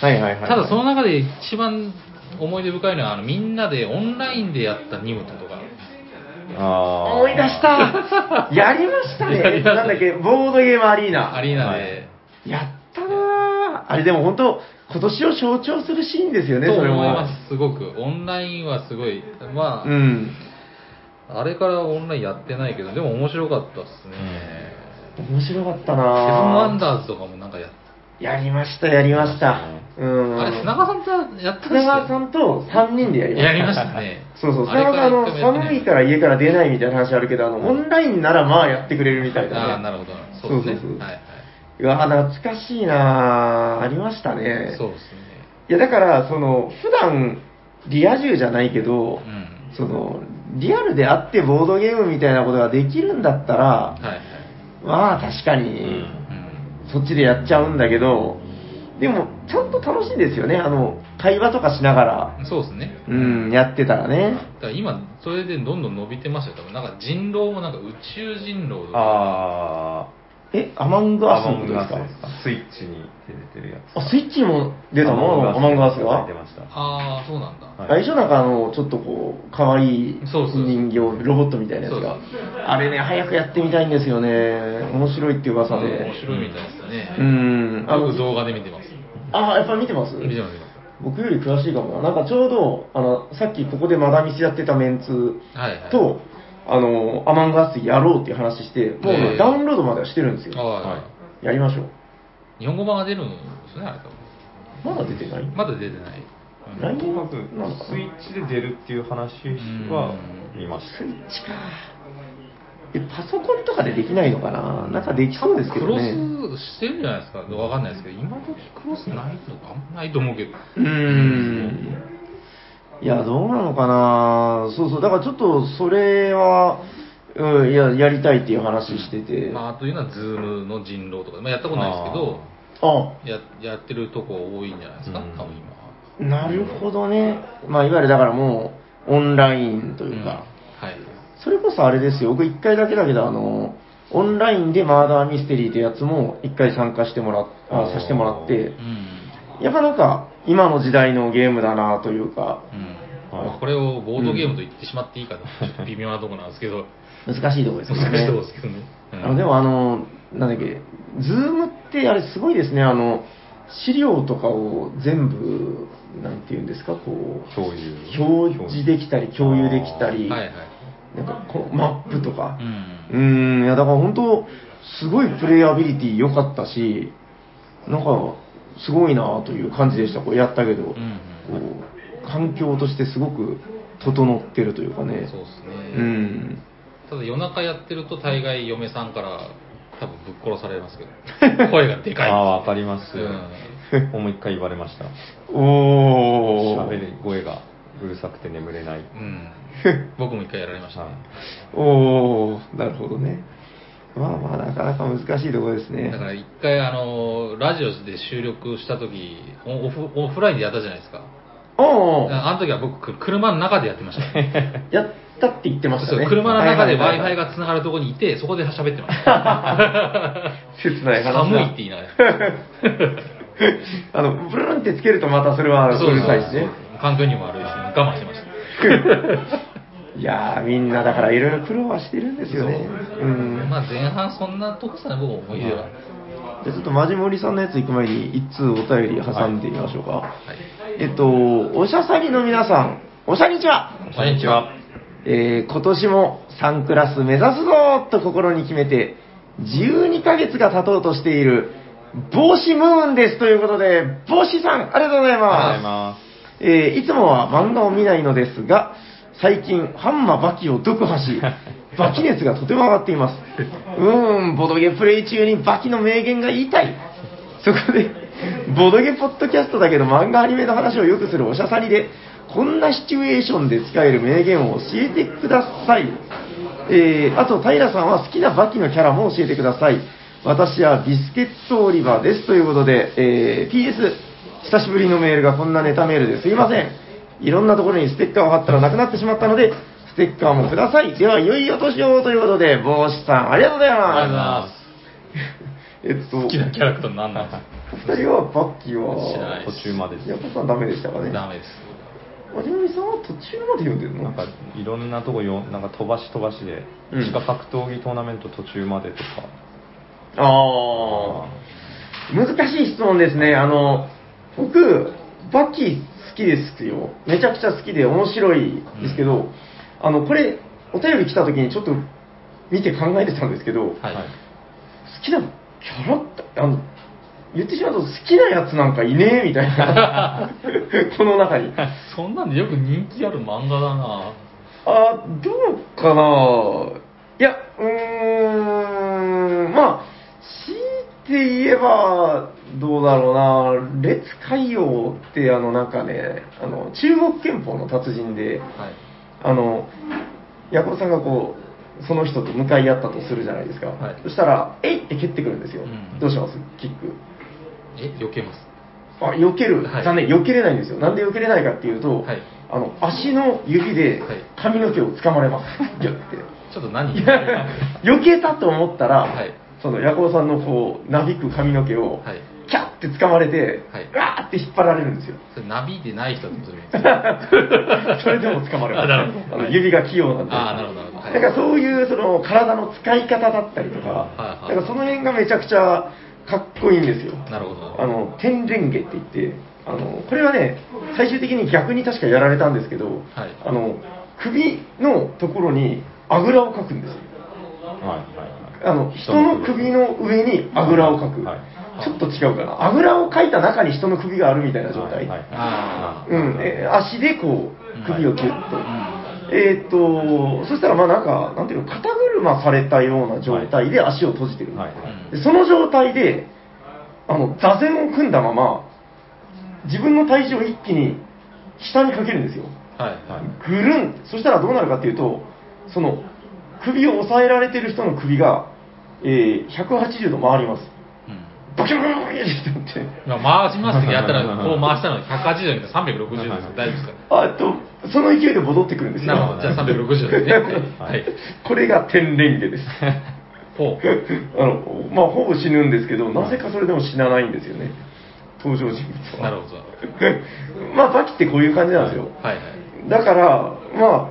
Speaker 3: はいはいはい。
Speaker 1: ただその中で一番思い出深いのは、あのみんなでオンラインでやったニムトとか。
Speaker 2: ーあー
Speaker 3: 思い出した、 やりました
Speaker 1: やりまし
Speaker 3: ね、
Speaker 1: た
Speaker 3: なんだっけ、ボードゲームアリーナ。
Speaker 1: アリーナで、
Speaker 3: やったなああれでも本当、今年を象徴するシーンですよね、
Speaker 1: と
Speaker 3: それ
Speaker 1: 思
Speaker 3: も。
Speaker 1: います、すごく。オンラインはすごい、まあ、
Speaker 3: うん
Speaker 1: あれからオンラインやってないけど、でも面白かったっすね。
Speaker 3: 面白かった
Speaker 1: セブンワ
Speaker 3: な
Speaker 1: ンダーズとかもなんかやっ
Speaker 3: やりました、やりました。うん。
Speaker 1: あれ、砂川さんとやった
Speaker 3: 砂川さんと3人でやりました。
Speaker 1: やりましたね
Speaker 3: そうそう、
Speaker 1: あ
Speaker 3: 砂
Speaker 1: れ
Speaker 3: 川
Speaker 1: から
Speaker 3: さん、あの、
Speaker 1: 一回もやってない
Speaker 3: 寒いから家から出ないみたいな話あるけど、あの、オンラインならまあやってくれるみたい
Speaker 1: ああ、
Speaker 3: なね。
Speaker 1: なるほど。そうです
Speaker 3: そうそうそ
Speaker 1: ね。
Speaker 3: う
Speaker 1: はいは
Speaker 3: うわぁ、懐かしいなぁ。ありましたね
Speaker 1: い。。そうですね。
Speaker 3: いや、だから、その、普段、リア充じゃないけ
Speaker 1: う、
Speaker 3: ど
Speaker 1: ん。
Speaker 3: その、リアルであってボードゲームみたいなことができるんだったら、
Speaker 1: はいはい。
Speaker 3: まあ確か
Speaker 2: う
Speaker 3: に、
Speaker 2: ん
Speaker 1: うん。
Speaker 3: そっちでやっちゃうんだけど、でも、ちゃんと楽しいんですよね。あの、会話とかしながら、
Speaker 1: そうですね。
Speaker 3: うん、やってたらね。
Speaker 1: だから今、それでどんどん伸びてますよ。多分なんか人狼もなんか宇宙人狼とか。
Speaker 2: あ
Speaker 3: え、アマン
Speaker 2: ー
Speaker 3: グアス
Speaker 2: アマン
Speaker 3: のこと
Speaker 2: グ
Speaker 3: で
Speaker 2: ア
Speaker 3: す
Speaker 2: ス
Speaker 3: か
Speaker 2: ですかスイッチに出てるやつ
Speaker 3: あ、スイッチにも出たのアマングアスが
Speaker 2: 出ました
Speaker 1: ああ、そうなんだ。
Speaker 2: はい
Speaker 3: 最初なんかあの、ちょっとこう、可愛い
Speaker 1: そうそう
Speaker 3: 人形、ロボットみたいなやつが
Speaker 1: そう。
Speaker 3: あれね、早くやってみたいんですよね。面白いって噂で
Speaker 1: 面。白いみたいですね。
Speaker 3: うん。あ
Speaker 1: あ
Speaker 3: の
Speaker 1: 僕動画で見てます。
Speaker 3: あ、やっぱ見てます
Speaker 1: 見てます、見てます。
Speaker 3: 僕より詳しいかもな。なんかちょうど、あの、さっきここでまだミスやってたメンツ
Speaker 1: はいはい。
Speaker 3: と、あの、アマンガースやろうっていう話して、もうね
Speaker 1: ええ
Speaker 3: ダウンロードまではしてるんですよ。
Speaker 1: は
Speaker 3: やりましょう。
Speaker 1: い。日本語版が出るんですね、あれ多分。
Speaker 3: まだ出てない
Speaker 1: まだ出てない。うん
Speaker 3: 来
Speaker 2: とに
Speaker 3: 年
Speaker 2: かく
Speaker 3: なんか
Speaker 2: スイッチで出るっていう話は見ました
Speaker 3: スイッチか。え、パソコンとかでできないのかななんかできそうですけ
Speaker 1: ク
Speaker 3: ど
Speaker 1: ロ
Speaker 3: ね。
Speaker 1: スしてるんじゃないですか、わかんないですけど、今時クロスないのか、あんまないと思うけど、
Speaker 3: うーん。いや、どうなのかなそうそう。だからちょっと、それは、うん、いや、やりたいっていう話してて。
Speaker 1: まあ、あというのは、ズームの人狼とか、まあ、やったことないですけど、
Speaker 3: あ、
Speaker 1: ややってるとこ多いんじゃないですか、
Speaker 2: うん
Speaker 1: 多分今は。
Speaker 3: なるほどね。まあ、いわゆるだからもう、オンラインというか。
Speaker 1: うんはい。
Speaker 3: それこそあれですよ。僕一回だけだけど、あの、オンラインでマーダーミステリーってやつも一回参加してもらっ
Speaker 2: お
Speaker 3: あ
Speaker 2: ー
Speaker 3: させてもらっ
Speaker 2: う
Speaker 3: て、
Speaker 1: うん。
Speaker 3: やっぱなんか、今の時代のゲームだなというか、
Speaker 1: うん
Speaker 2: はい
Speaker 1: まあこれをボードゲームと言ってしまっていいかと、ちょっと微妙なところなんですけ ど、
Speaker 3: 難しいところですよ ね。
Speaker 1: 難しいところですけどね。うん
Speaker 3: あのでもあの、なんだっけ、ズームってあれすごいですね、あの、資料とかを全部、なんていうんですか、こう、
Speaker 2: 共有
Speaker 3: 表示できたり、共有できたり、
Speaker 1: はいはい。
Speaker 3: なんかこう、マップとか
Speaker 1: う、ん。
Speaker 3: うーん、いやだから本当、すごいプレイアビリティ良かったし、なんか、すごいなという感じでした、こうやったけど、こ
Speaker 1: うん
Speaker 3: う環境としてすごく整ってるというかね。
Speaker 1: そうですね。
Speaker 3: うん
Speaker 1: ただ夜中やってると大概嫁さんから多分ぶっ殺されますけ ど、声がでかい。
Speaker 2: ああ、わかります。
Speaker 1: う
Speaker 2: もう一回言われました。
Speaker 3: おー
Speaker 2: 喋り声がうるさくて眠れない。
Speaker 1: うん。僕も一回やられましたね。
Speaker 3: おー、なるほどね。まあまあ、なかなか難しいところですね。
Speaker 1: だから一回あの、ラジオで収録した時、オフオフラインでやったじゃないですか。
Speaker 3: おー、
Speaker 1: あの時は僕、く車の中でやってました。
Speaker 3: やったって言って まし
Speaker 1: そ
Speaker 3: た
Speaker 1: う
Speaker 3: ね。
Speaker 1: 車の中で Wi-Fi
Speaker 3: が。
Speaker 1: がつながるところにいて、そこで喋ってました。
Speaker 3: 切ない話だ
Speaker 1: 寒いって言いながら。
Speaker 3: あの、ブルーンってつけるとまたそれはうるさいしね。
Speaker 1: 環境にも悪いし、我慢してました。
Speaker 3: いやー、みんなだからいろいろ苦労はしてるんですよね。うん。
Speaker 1: まあ前半そんなとこさね、僕思い出は。は
Speaker 3: じゃあちょっとマジモリさんのやつ行く前に、一通お便り挟んでみましょうか。えっと、おしゃさりの皆さん、おしゃにちは。
Speaker 1: い。こんにちは。
Speaker 3: えー今年も3クラス目指すぞーと心に決めて、12ヶ月が経とうとしている、帽子ムーンですということで、帽子さん、あり
Speaker 2: ありが
Speaker 3: がとうござい
Speaker 2: とうござい
Speaker 3: ま。
Speaker 2: ます
Speaker 3: えーいつもは漫画を見ないのですが、最近、ハンマバキを読破し、バキ熱がとても上がっています。うーん、ボドゲプレイ中にバキの名言が言いたい。そこで、ボドゲポッドキャストだけど漫画アニメの話をよくするおしゃさりで、こんなシチュエーションで使える名言を教えてください。えーあと、平さんは好きなバキのキャラも教えてください。私はビスケットオリバーです。ということで、えー PS、久しぶりのメールがこんなネタメールですいません。いろんなところにステッカーを貼ったらなくなってしまったので、ステッカーもください。では、いよいよ年をということで、帽子さん、ありがとうございます。
Speaker 1: あ
Speaker 3: えっと、
Speaker 1: 好きなキャラクター何なんで
Speaker 3: 二人はバッキー は
Speaker 1: 知らないです
Speaker 2: 途中までです
Speaker 3: やっぱさんダメでしたかね
Speaker 1: すかダメです。
Speaker 3: マジモリさんは途中まで読んでるの
Speaker 2: なんかいろんなとこよなんか飛ばし飛ばしで、
Speaker 3: うん
Speaker 2: 地下格闘技トーナメント途中までとか、
Speaker 3: ああ難しい質問ですねあの僕バッキー好きですよめちゃくちゃ好きで面白いですけど、あのこれお便り来た時にちょっと見て考えてたんですけど、
Speaker 1: はい。
Speaker 3: 好きなキャラクターあの言ってしまうと好きなやつなんかいねえみたいなこの中に
Speaker 1: そんなんでよく人気ある漫画だな
Speaker 3: あどうかないや、うーん、まあ、強いて言えば、どうだろうな、列海王って、あの、なんかね、あの、中国拳法の達人で、
Speaker 1: はい。
Speaker 3: あの、ヤコブさんがこう、その人と向かい合ったとするじゃないですか。
Speaker 1: はい
Speaker 3: そしたら、えいって蹴ってくるんですよ。
Speaker 1: うん
Speaker 3: どうしますキック。
Speaker 1: え、避けます。
Speaker 3: あ、避ける。
Speaker 1: はい
Speaker 3: 残念、避けれないんですよ。なんで避けれないかっていうと、
Speaker 1: はい
Speaker 3: あの、足の指で
Speaker 1: はい
Speaker 3: 髪の毛を掴まれます。ギュッて。
Speaker 1: ちょっと何
Speaker 3: いや 避けたと思ったら、
Speaker 1: はい
Speaker 3: そのヤコウさんのこうなびく髪の毛を、
Speaker 1: はい
Speaker 3: キャッて掴まれて、
Speaker 1: はいう
Speaker 3: わーって引っ張られるんです よ
Speaker 1: それなびいてない人だとするんです
Speaker 3: それでも掴まれます
Speaker 1: あなるほど
Speaker 3: あの指が器用なんで
Speaker 1: ああ、なるほど、なるほど。はい
Speaker 3: なんかそういうその体の使い方だったりとか,、
Speaker 1: はいはい
Speaker 3: なんかその辺がめちゃくちゃかっこいいんですよ
Speaker 1: なるほど。
Speaker 3: あの天蓮華って言ってあのこれはね、最終的に逆に確かやられたんですけど、
Speaker 1: はい
Speaker 3: あの首のところにあぐらをかくんですよ。
Speaker 2: はいはいはい
Speaker 3: あの人の首の上にあぐらをかく、
Speaker 2: はい
Speaker 3: ちょっと違うかな、あぐらをかいた中に人の首があるみたいな状態、
Speaker 2: はいはい
Speaker 1: あ
Speaker 3: うん、え足でこ
Speaker 1: うん
Speaker 3: う、首をキュッと、
Speaker 1: うん
Speaker 3: えーっと、そしたら、まあなんか、なんていうの、肩車されたような状態で足を閉じてる、
Speaker 2: はい
Speaker 3: でその状態で、あの座禅を組んだまま、自分の体重を一気に下にかけるんですよ、
Speaker 1: はい
Speaker 2: はい
Speaker 3: ぐるん、そしたらどうなるかっていうと、その首を押さえられてる人の首が、えー180度回ります。
Speaker 1: うん
Speaker 3: バキューンってなって。
Speaker 1: まあ回しますけどやったらこう回したの180度に360度ですよ大丈夫ですか
Speaker 3: あえっと、その勢いで戻ってくるんですよ。
Speaker 1: なるほどじゃあ360度ですねはいはい
Speaker 3: これが天蓮華です。
Speaker 1: ほう
Speaker 3: あのまあ、ほぼ死ぬんですけど、なぜかそれでも死なないんですよね、登場人物
Speaker 1: な
Speaker 3: は。
Speaker 1: るほどはい
Speaker 3: まあ、バキってこういう感じなんですよ。
Speaker 1: はい
Speaker 3: だから、まあ、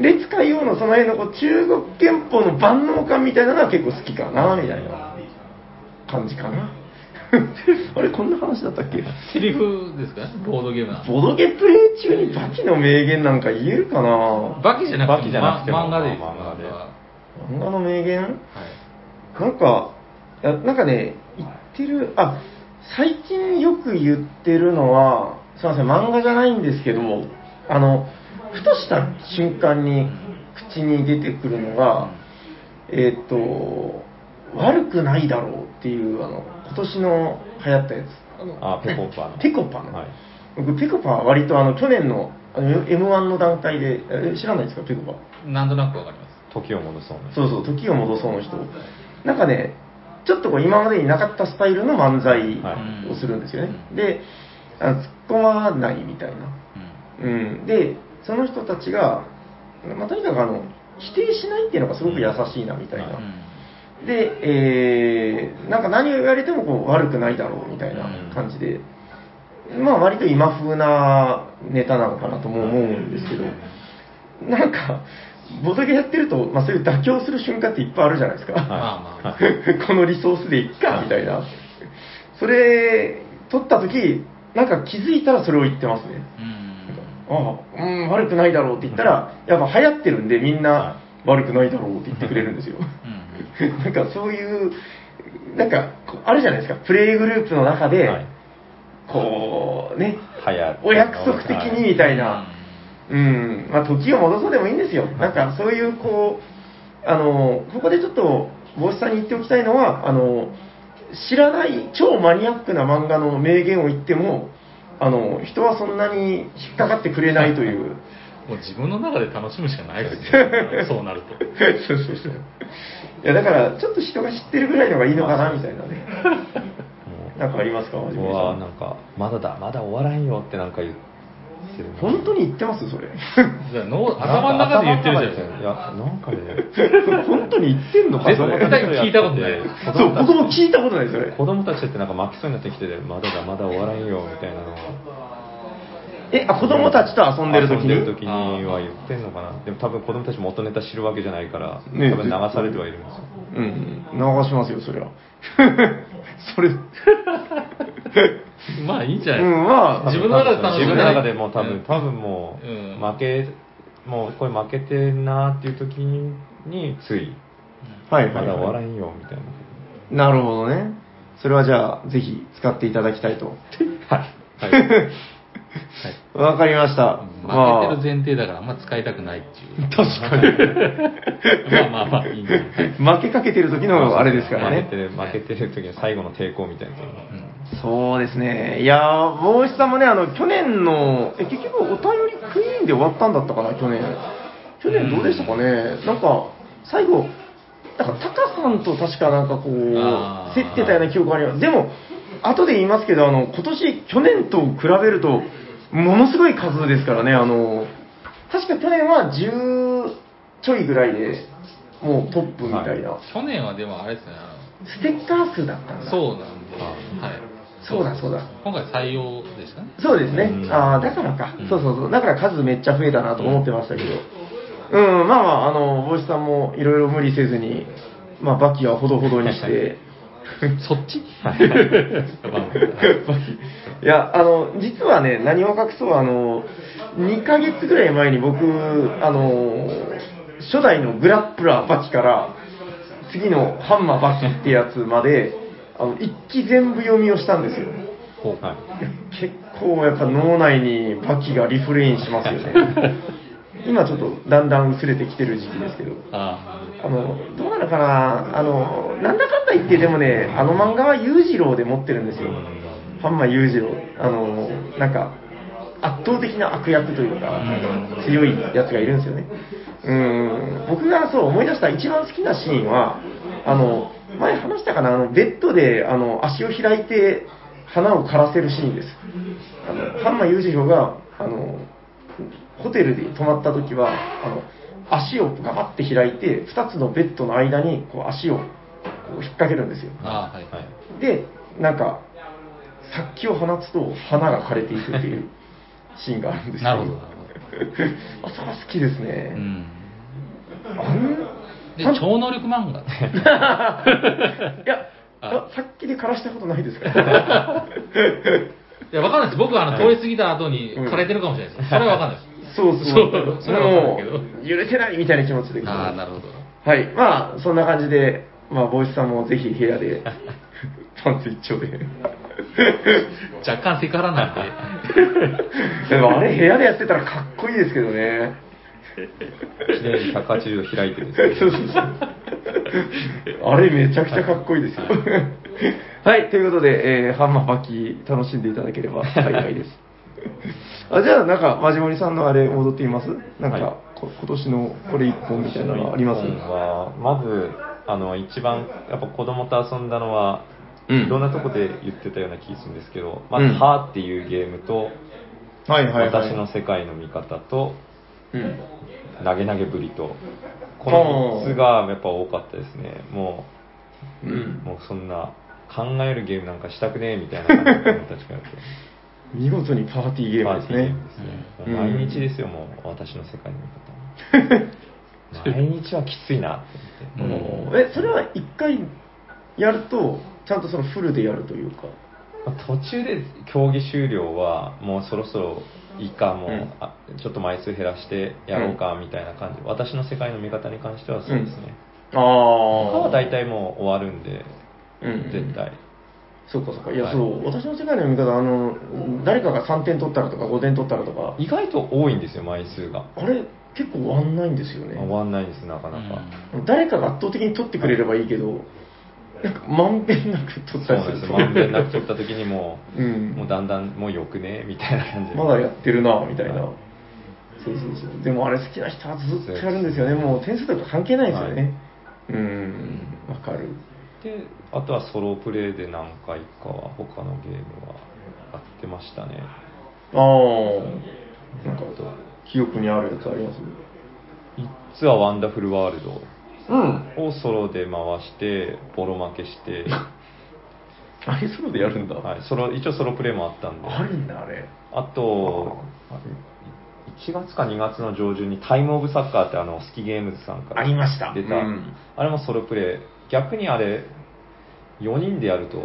Speaker 3: 列海王のその辺のこう中国憲法の万能感みたいなのは結構好きかな、みたいな感じかな。 あれ、こんな話だったっけ
Speaker 1: セリフですかボードゲームな
Speaker 3: ボドゲプレイ中にバキの名言なんか言えるかな
Speaker 1: バキじゃなく
Speaker 2: バ
Speaker 1: て
Speaker 2: キ
Speaker 1: も
Speaker 2: じゃなくても
Speaker 1: ま漫画でいいです
Speaker 2: まあ漫画で
Speaker 1: は
Speaker 3: 漫画の名言
Speaker 1: い
Speaker 3: なんか、いやなんかね、言ってる、あ、最近よく言ってるのは、すいません、漫画じゃないんですけど、あの、ふとした瞬間に口に出てくるのが、えーっ、と、悪くないだろうっていう、あの、今年の流行ったやつ。あの
Speaker 2: あペコパの
Speaker 3: ペコパの。
Speaker 2: はい
Speaker 3: 僕、ペコパは割とあの、去年のあの M1 の段階で、え知らないですか、ペコパ。
Speaker 1: なんとなくわかります
Speaker 2: 時を戻そうね
Speaker 3: そうそう、時を戻そうの人。なんかね、ちょっとこう今までになかったスタイルの漫才をするんですよね。
Speaker 1: はい
Speaker 3: で、あの突っ込まないみたいな。
Speaker 1: うん
Speaker 3: うん、で、その人たちが、まあ、とにかくあの否定しないっていうのがすごく優しいなみたいな。
Speaker 2: うん
Speaker 3: で、えーなんか何を言われてもこう悪くないだろうみたいな感じで、まあ割と今風なネタなのかなとも思うんですけど、なんか、ボドゲやってると、まあそういう妥協する瞬間っていっぱいあるじゃないですか。
Speaker 1: まあまあまあ
Speaker 2: はい
Speaker 3: このリソースでいっかみたいな。それ、取った時、なんか気づいたらそれを言ってますね。
Speaker 1: うん
Speaker 3: ああ、うん、悪くないだろうって言ったら、やっぱ流行ってるんでみんな悪くないだろうって言ってくれるんですよ。
Speaker 1: うん
Speaker 3: なんかそういう、なんかこうあるじゃないですか、プレイグループの中で、
Speaker 2: はい
Speaker 3: こうね、
Speaker 2: 流行る
Speaker 3: お約束的にみたいな、うん、まあ、時を戻そうでもいいんですよ、なんかそういう、こう、あの、ここでちょっと、帽子さんに言っておきたいのは、あの、知らない超マニアックな漫画の名言を言っても、あの、人はそんなに引っかかってくれないという。
Speaker 1: もう自分の中で楽しむしかないですねそうなると
Speaker 3: そうそうそう。 いや、だから、ちょっと人が知ってるぐらいのがいいのかな、みたいなね。
Speaker 2: もう
Speaker 3: なんかありますか、はじ
Speaker 2: う
Speaker 3: め
Speaker 2: わ
Speaker 3: さ
Speaker 2: なん
Speaker 3: ん。
Speaker 2: かまだだまだ終わらんよってなんか言ってるな
Speaker 3: 本当に言ってますそれ。
Speaker 1: じゃあ脳頭の中で言ってるじゃないですか
Speaker 2: いやなんかね
Speaker 3: 本当に言ってんのか、それ。
Speaker 1: 絶対聞いたことない
Speaker 3: そう、僕も聞いたことない、それ。
Speaker 2: 子供たちってなんか負けそうになってきててまだだまだ終わらんよみたいなのを
Speaker 3: え、あ、子供たちと遊んでる時
Speaker 2: 遊んでる
Speaker 3: に
Speaker 2: 時には言ってんのかなでも多分子供たち元ネタ知るわけじゃないから、
Speaker 3: ね
Speaker 2: 多分流されてはいるんですよ
Speaker 3: うん、流しますよ、そりゃ。それ。
Speaker 1: まあいいんじゃない
Speaker 3: うんまあ
Speaker 1: 自分の中で楽しむ
Speaker 2: 自分の中でもう多
Speaker 1: う
Speaker 2: 分
Speaker 1: ん
Speaker 2: 多分もう
Speaker 1: うん
Speaker 2: 負けもうこれ負けてんなっていう時につい
Speaker 3: は
Speaker 2: ま
Speaker 3: い、
Speaker 2: だ
Speaker 3: はい
Speaker 2: 終わら
Speaker 3: は
Speaker 2: んよみたい
Speaker 3: い。なるほどね。それはじゃあ、ぜひ使っていただきたいと。
Speaker 2: なはいはい
Speaker 3: わかりました。
Speaker 1: 負けて
Speaker 3: ま
Speaker 1: る前提だからあんま使いたくないっていう
Speaker 3: あ確かに。
Speaker 1: まあまあまあいいんじゃないですか
Speaker 3: 負けかけてる時のあれですからね
Speaker 2: 負け。てる負けてる時の最後の抵抗みたいなのが
Speaker 3: そうですね、いやー、帽子さんもね、あの去年の、え結局、お便りクイーンで終わったんだったかな、去年、去年どうでしたかね、なんか、最後、なんか、タカさんと確かなんかこう
Speaker 1: あ、ー
Speaker 3: 競ってたような記憶があります、でも、後で言いますけど、あの今年去年と比べると、ものすごい数ですからね、あの確か去年は10ちょいぐらいでもうトップみたいな、
Speaker 1: 去年はでもあれですねあ
Speaker 3: ステッカー数だったん
Speaker 1: の
Speaker 3: だ。
Speaker 1: そうなんで
Speaker 2: あ
Speaker 1: はい
Speaker 3: そうだそうだ
Speaker 1: 今回採用でしたね
Speaker 3: そうですね
Speaker 2: う、ん
Speaker 3: ああだからか、
Speaker 1: うん
Speaker 3: そうそうそう、だから数めっちゃ増えたなと思ってましたけど、うん、まあまあ、あの帽子さんもいろいろ無理せずに、まあ、バキはほどほどにして、
Speaker 1: そっちやば
Speaker 3: やっぱり いや、あの、実はね、何を隠そう、あの、2ヶ月ぐらい前に僕、あの、初代のグラップラーバキから、次のハンマーバキってやつまで、あの、一気全部読みをしたんですよ。
Speaker 2: ほうはい
Speaker 3: 結構やっぱ脳内にバキがリフレインしますよね。今ちょっとだんだん薄れてきてる時期ですけど。
Speaker 1: あ
Speaker 3: あの、どうなのかなあの、なんだかんだ言ってでもね、あの漫画は裕次郎で持ってるんですよ。ハンマー裕次郎。あの、なんか、圧倒的な悪役というか、なんか強いやつがいるんですよね。うん、僕がそう思い出した一番好きなシーンは、あの、前話したかなあの、ベッドで、あの、足を開いて、花を枯らせるシーンです。あの、ハンマー裕次郎が、あの、ホテルで泊まった時は、あの、足をガバッて開いて、2つのベッドの間に、こう、足をこう引っ掛けるんですよ。
Speaker 1: あああはいは
Speaker 2: はいい
Speaker 3: で、なんか、殺気を放つと、花が枯れていくっ ていうシーンがあるんですよ。
Speaker 1: なるほどなる
Speaker 3: あ、それは好きです
Speaker 1: う
Speaker 3: ね。
Speaker 1: ん
Speaker 3: あん
Speaker 1: で
Speaker 3: あん
Speaker 1: 超能力漫 画
Speaker 3: いや、
Speaker 1: あ
Speaker 3: あさっきで枯らしたことないですから。
Speaker 1: いやわかんないです僕はあの通り過ぎた後に
Speaker 3: うん
Speaker 1: 枯れてるかもしれないですそれはわかんないです
Speaker 3: そうそう。
Speaker 1: そうそれはわ
Speaker 3: も
Speaker 1: かるけど
Speaker 3: う、許せないみたいな気持ちで。
Speaker 1: ああなるほど
Speaker 3: はい。まあ、そんな感じで、まあ、ボイスさんもぜひ部屋 で、パンツ一丁で。
Speaker 1: 若干セクハラなんで
Speaker 3: でもあれ、部屋でやってたらかっこいいですけどね。
Speaker 2: きれいに180度開いてですね
Speaker 3: そうそうそう。あれ、めちゃくちゃかっこいいですよ。はい。ということで、えーハンマーバキ楽しんでいただければ幸い です。あじゃあ、なんか、まじもりさんのあれ、戻っていますなんか、
Speaker 2: はい
Speaker 3: こ今年のこれ一本みたいなのあります
Speaker 2: 一本はまずあの一番やっぱ子供と遊んだのは、
Speaker 3: うん
Speaker 2: いろんなとこで言ってたような気がするんですけど、まあ
Speaker 3: うん
Speaker 2: ハーっていうゲームと、
Speaker 3: はい
Speaker 2: 私の世界の見方と
Speaker 3: うん。
Speaker 2: 投げ投げぶりとこの3つがやっぱ多かったですねも
Speaker 3: う
Speaker 2: うんもうそんな考えるゲームなんかしたくねえみたいな感じの子供たちがやって
Speaker 3: 見事にパーティーゲームですね。
Speaker 2: パーティーゲームです
Speaker 3: うん
Speaker 2: ねもう毎日ですよもう私の世界の見方 毎日はきついなって
Speaker 1: う
Speaker 2: 思
Speaker 1: ん
Speaker 2: って、
Speaker 3: おーえ、それは一回やると、ちゃんとそのフルでやるというか。
Speaker 2: まあ途中で競技終了はもうそろそろいいかもう、
Speaker 3: うん
Speaker 2: あちょっと枚数減らしてやろうかみたいな感じ、私の世界の見方に関してはそうですね、
Speaker 3: あ
Speaker 2: 他
Speaker 3: あ
Speaker 2: は大体もう終わるんで、
Speaker 3: うん
Speaker 2: 絶対
Speaker 3: そうかそうか。いや、
Speaker 2: はい
Speaker 3: そう。私の世界の見方、あの、誰かが3点取ったらとか5点取ったらとか、
Speaker 2: 意外と多いんですよ枚数が、
Speaker 3: あれ、結構終わんないんですよ
Speaker 2: 終
Speaker 3: ね。
Speaker 2: わんないですなかなか、
Speaker 3: 誰かが圧倒的に取ってくれればいいけど、なんか、まんべんなく取っ
Speaker 2: そ
Speaker 3: た
Speaker 2: うなん
Speaker 3: りする
Speaker 2: です
Speaker 3: と
Speaker 2: よまんべんなく取った時にも
Speaker 3: う
Speaker 2: う、
Speaker 3: ん
Speaker 2: もうだんだんもうよくねみたいな感じで
Speaker 3: まだやってるなみたいな、
Speaker 2: はい
Speaker 3: そうそうそうでもあれ好きな人はずっとやるんですよねもう点数とか関係ないですよね、
Speaker 2: はい
Speaker 3: うんわかる
Speaker 2: であとはソロプレイで何回かは他のゲームはやってましたね
Speaker 3: ああなんか記憶にあるやつあります
Speaker 2: 実はワンダフルワールド
Speaker 3: うん
Speaker 2: をソロで回してボロ負けして
Speaker 3: あれソロでやるんだ、
Speaker 2: はいソロ一応ソロプレイもあったんで
Speaker 3: あるんだあれ
Speaker 2: あと1月か2月の上旬にタイムオブサッカーってあのスキゲームズさんから
Speaker 3: ありました
Speaker 2: 出た、
Speaker 3: うん
Speaker 2: あれもソロプレイ逆にあれ4人でやると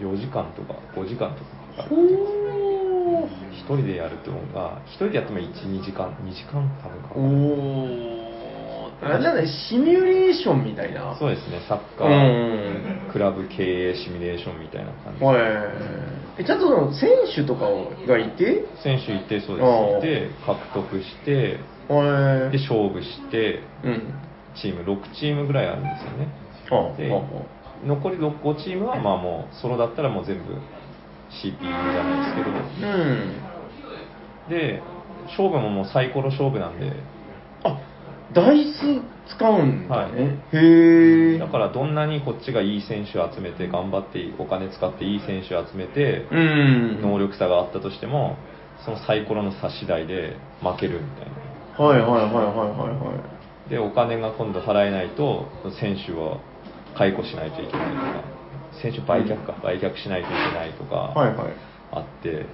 Speaker 2: 4時間とか5時間とかかかる1人でやるとあ1人でやっても12時間2時間多分かか
Speaker 3: お
Speaker 2: る
Speaker 3: おあれじゃないシミュレーションみたいな
Speaker 2: そうですねサッカ
Speaker 3: う
Speaker 2: ー
Speaker 3: ん
Speaker 2: クラブ経営シミュレーションみたいな感じで
Speaker 3: はいえちゃんとその選手とかがいて
Speaker 2: 選手一定そう
Speaker 3: ああ
Speaker 2: ですいて獲得して
Speaker 3: はい
Speaker 2: で勝負して
Speaker 3: うん
Speaker 2: チーム6チームぐらいあるんですよね
Speaker 3: ああ
Speaker 2: で
Speaker 3: ああ
Speaker 2: 残り6 5チームはまあもうソロだったらもう全部 CPU じゃないですけど
Speaker 3: うん。
Speaker 2: で勝負ももうサイコロ勝負なんで
Speaker 3: あ、ダイス使うんだね。へえ。
Speaker 2: だからどんなにこっちがいい選手を集めて頑張ってお金使っていい選手を集めて
Speaker 3: うん。
Speaker 2: 能。力差があったとしてもそのサイコロの差次第で負けるみたいな
Speaker 3: はいはいはいはいはいはい。
Speaker 2: でお金が今度払えないと選手は解雇しないといけないとか選手売却か、売却しないといけないとか、
Speaker 3: はいはい。
Speaker 2: あって
Speaker 1: うん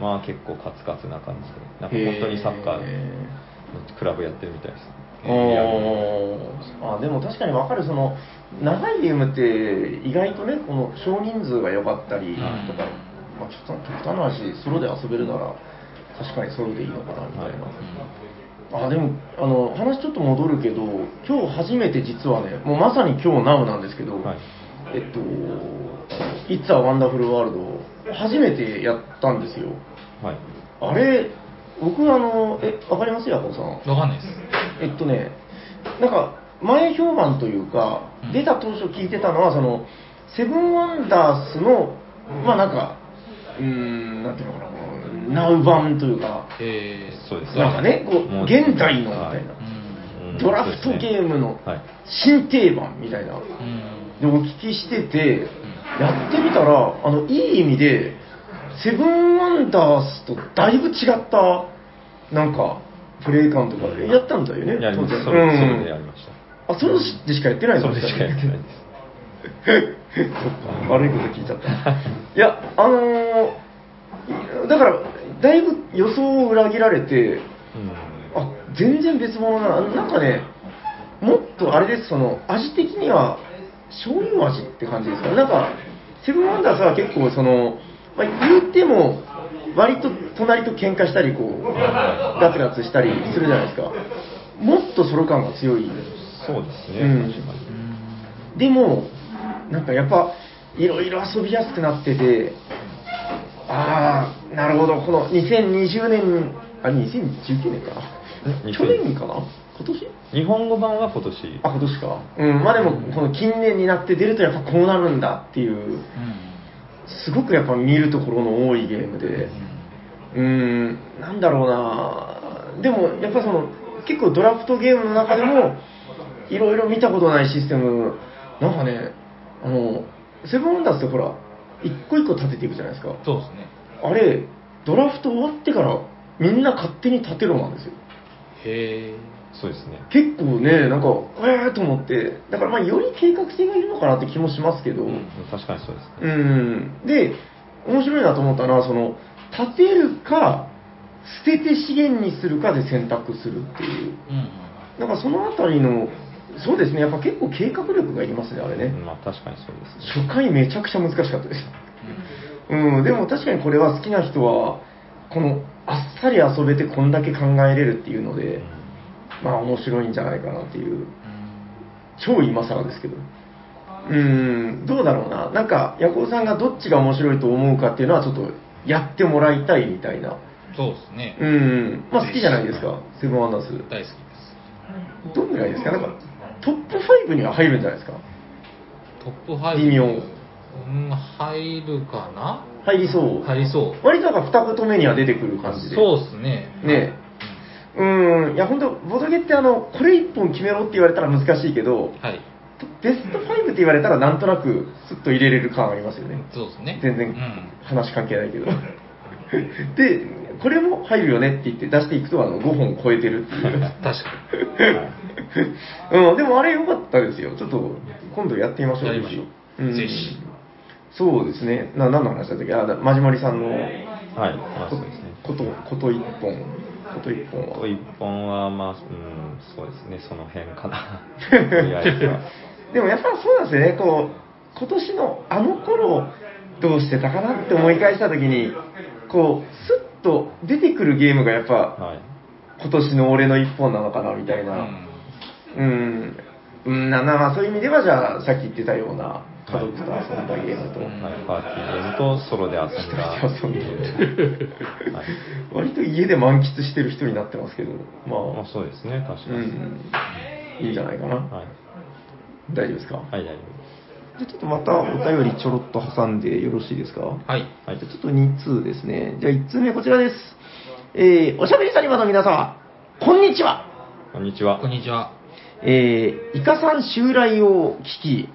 Speaker 2: まあ結構カツカツな感じでなんか本当にサッカー
Speaker 3: へ
Speaker 2: のクラブやってるみたいですねリアルに
Speaker 3: おーあでも確かに分かるその長いゲームって意外とねこの少人数が良かったりとか、まあ、ちょっと極端な話ソロで遊べるなら確かにソロでいいのかなみたいな、あでもあの話ちょっと戻るけど今日初めて実はねもうまさに今日 NOW なんですけど、
Speaker 2: はい
Speaker 3: えっと「It's a Wonderful World」を初めてやったんですよ
Speaker 2: はい
Speaker 3: あれ僕あのえわかりますヤコウさん
Speaker 1: わかんないです。
Speaker 3: えっとね、なんか前評判というか
Speaker 1: うん、
Speaker 3: 出た当初聞いてたのは、そのセブンワンダースの、まあなんか、うーん、なんていうのかな、このナウ版というか、
Speaker 1: えー、
Speaker 2: そうです
Speaker 3: なんかね、こ
Speaker 2: もう
Speaker 3: う現代のみた
Speaker 2: はい
Speaker 1: うん
Speaker 3: な、
Speaker 2: うん
Speaker 3: ドラフトゲームの
Speaker 2: はい
Speaker 3: 新定番みたいな、
Speaker 1: うん
Speaker 3: でお聞きしてて、やってみたら、あのいい意味で、セブンワンダースとだいぶ違った、なんか、プレイ感とかでやったんだよね、
Speaker 2: やりま
Speaker 3: 当
Speaker 2: した
Speaker 3: 然
Speaker 2: それ
Speaker 3: うん
Speaker 2: それでやりまし
Speaker 3: あ、それでしかやってない
Speaker 2: た
Speaker 3: の
Speaker 2: それでしかやってないです
Speaker 3: 悪いこと聞いちゃった。いや、あのーだから、だいぶ予想を裏切られて、
Speaker 2: うん
Speaker 3: あ、全然別物だな。なんかね、もっとあれです、その、味的には、醤油味って感じですかね。なんか、セブンワンダースは結構、その、まあ、言っても、割と隣と喧嘩したり、こう、ガツガツしたりするじゃないですか。もっとソロ感が強い
Speaker 2: そうですね、
Speaker 3: うん
Speaker 2: 確かに
Speaker 3: でも、なんかやっぱ、いろいろ遊びやすくなってて、ああ、なるほど、この2020年、あ、2019年か
Speaker 2: え。
Speaker 3: 去年かな今年
Speaker 2: 日本語版は今年
Speaker 3: あ、今年か。うん、まあでも、この近年になって出るとやっぱこうなるんだっていう、すごくやっぱ見るところの多いゲームで、うーん、なんだろうなでもやっぱその、結構ドラフトゲームの中でも、いろいろ見たことないシステム、なんかね、あの、セブンワンダースってほら、一個一個立てていくじゃないですか
Speaker 1: うん。そうですね。
Speaker 3: あれ、ドラフト終わってから、みんな勝手に立てろなんですよ。
Speaker 1: へえ。
Speaker 2: そうですね
Speaker 3: 結構ね、なんか、えーと思って、だからまあ、より計画性がいるのかなって気もしますけど、
Speaker 1: うん
Speaker 2: 確かにそうですね、
Speaker 3: うん、で、面白いなと思ったのは、その、立てるか、捨てて資源にするかで選択するっていう。
Speaker 1: うんうん。
Speaker 3: なんかそのあたりの、そうですね、やっぱ結構計画力がいりますね、あれね。
Speaker 2: まあ確かにそうですね
Speaker 3: 初回めちゃくちゃ難しかったです。うん、でも確かにこれは好きな人は、この、あっさり遊べてこんだけ考えれるっていうので、まあ面白いんじゃないかなっていう。超今更ですけど。うーん、どうだろうな。なんか、ヤコウさんがどっちが面白いと思うかっていうのは、ちょっとやってもらいたいみたいな。
Speaker 1: うんそうですね
Speaker 3: う。ん、まあ好きじゃないですか、セブンアンダース。
Speaker 1: 大好きです。
Speaker 3: どんぐらいですかなんか、トップ5には入るんじゃないですか
Speaker 1: トップ5。
Speaker 3: 微妙
Speaker 1: うん、入るかな
Speaker 3: 入りそう。
Speaker 1: 入りそう。
Speaker 3: 割となんか二言目には出てくる感じで。
Speaker 1: そうですね。
Speaker 3: ねうーん、いや本当ボドゲってあの、これ一本決めろって言われたら難しいけ
Speaker 1: う
Speaker 3: ど
Speaker 1: ん、はい。
Speaker 3: ベスト5って言われたらなんとなくスッと入れれる感ありますよね。
Speaker 1: そうですね。
Speaker 3: 全然
Speaker 1: うん。
Speaker 3: 話関係ないけど。 で、これも入るよねって言って出していくとあの5本超えてるっていう。
Speaker 1: 確か
Speaker 3: うん、でもあれ良かったですよ。ちょっと今度やってみましょう。
Speaker 1: やりましょうぜひ
Speaker 3: そうですね。な何の話だったっけあ、だまじまりさんの
Speaker 2: はいまあそうですね
Speaker 3: こと、こと一本。こと一本
Speaker 2: あと
Speaker 3: は。
Speaker 2: 一本はまあうんそうですねその辺かなとりあえずは
Speaker 3: でもやっぱそうなんですよね。こう、今年のあの頃、どうしてたかなって思い返したときに、こう、スッと出てくるゲームがやっぱ、
Speaker 2: はい
Speaker 3: 今年の俺の一本なのかなみた
Speaker 1: に。
Speaker 3: い
Speaker 1: う
Speaker 3: な。
Speaker 1: ん。
Speaker 3: うん、うん、ななまあそういう意味では、じゃあ、さっき言ってたような、家族と遊んだゲームと、
Speaker 2: はい、パーティーゲームとソロで遊んだ
Speaker 3: 一人で遊んで
Speaker 2: ゲームはい、
Speaker 3: 割と家で満喫してる人になってますけど、ま
Speaker 2: ま
Speaker 3: あ
Speaker 2: あ、そうですね確か
Speaker 3: う
Speaker 2: に、
Speaker 3: ん、いいんじゃないかな、
Speaker 2: はい
Speaker 3: 大丈夫ですか、
Speaker 2: はい大丈
Speaker 3: じゃあちょっとまたお便りちょろっと挟んでよろしいですか、
Speaker 1: はい。
Speaker 2: 夫はい
Speaker 3: じゃあちょっと2通ですね、じゃあ1通目、こちらです、えーおしゃべりサニバの皆様、こんにちは。
Speaker 2: こんにちは
Speaker 1: こんにちは。
Speaker 3: えーイカさん襲来を聞き、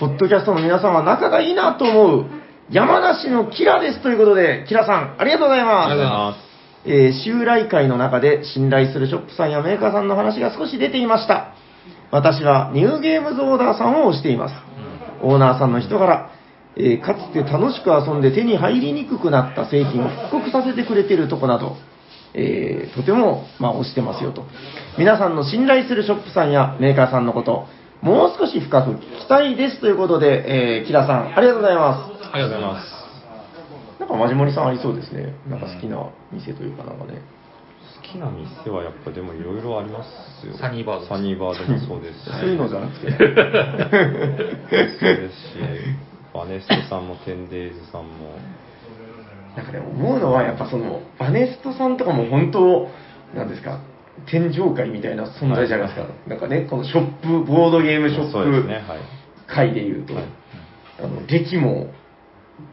Speaker 3: ポッドキャストの皆様仲がいいなと思う、山梨のキラですということで、キラさん、ありがとうござい
Speaker 1: ありがとうござい
Speaker 3: ます。
Speaker 1: ま
Speaker 3: えー襲来会の中で信頼するショップさんやメーカーさんの話が少し出ていました。私はニューゲームズオーダーさんを推しています。オーナーさんの人柄、えーかつて楽しく遊んで手に入りにくくなった製品を復刻させてくれてるとこなど、えーとても、まあ、推してますよと。皆さんの信頼するショップさんやメーカーさんのこと、もう少し深く聞きたいですということで、えーキラさん、ありがとうございま
Speaker 1: ありがとうございます。
Speaker 3: す。なんか、マジモリさんありそうですね。なんか好きな店というかなんかね。
Speaker 2: 好きな店はやっぱでもいろいろありますよ
Speaker 1: サニーバード
Speaker 2: サニーバードもそうですし
Speaker 3: そういうのじゃなくて。
Speaker 2: そうですしバネストさんもテンデイズさんも
Speaker 3: なんかね、思うのは、やっぱその、バネストさんとかも本当、なんですか、天上界みたいな存在じゃないですか。
Speaker 2: は
Speaker 3: なんかね、このショップ、ボードゲームショ
Speaker 2: そうですね
Speaker 3: ッ
Speaker 2: はい
Speaker 3: プ界でいうと、
Speaker 2: はい
Speaker 3: あの、歴も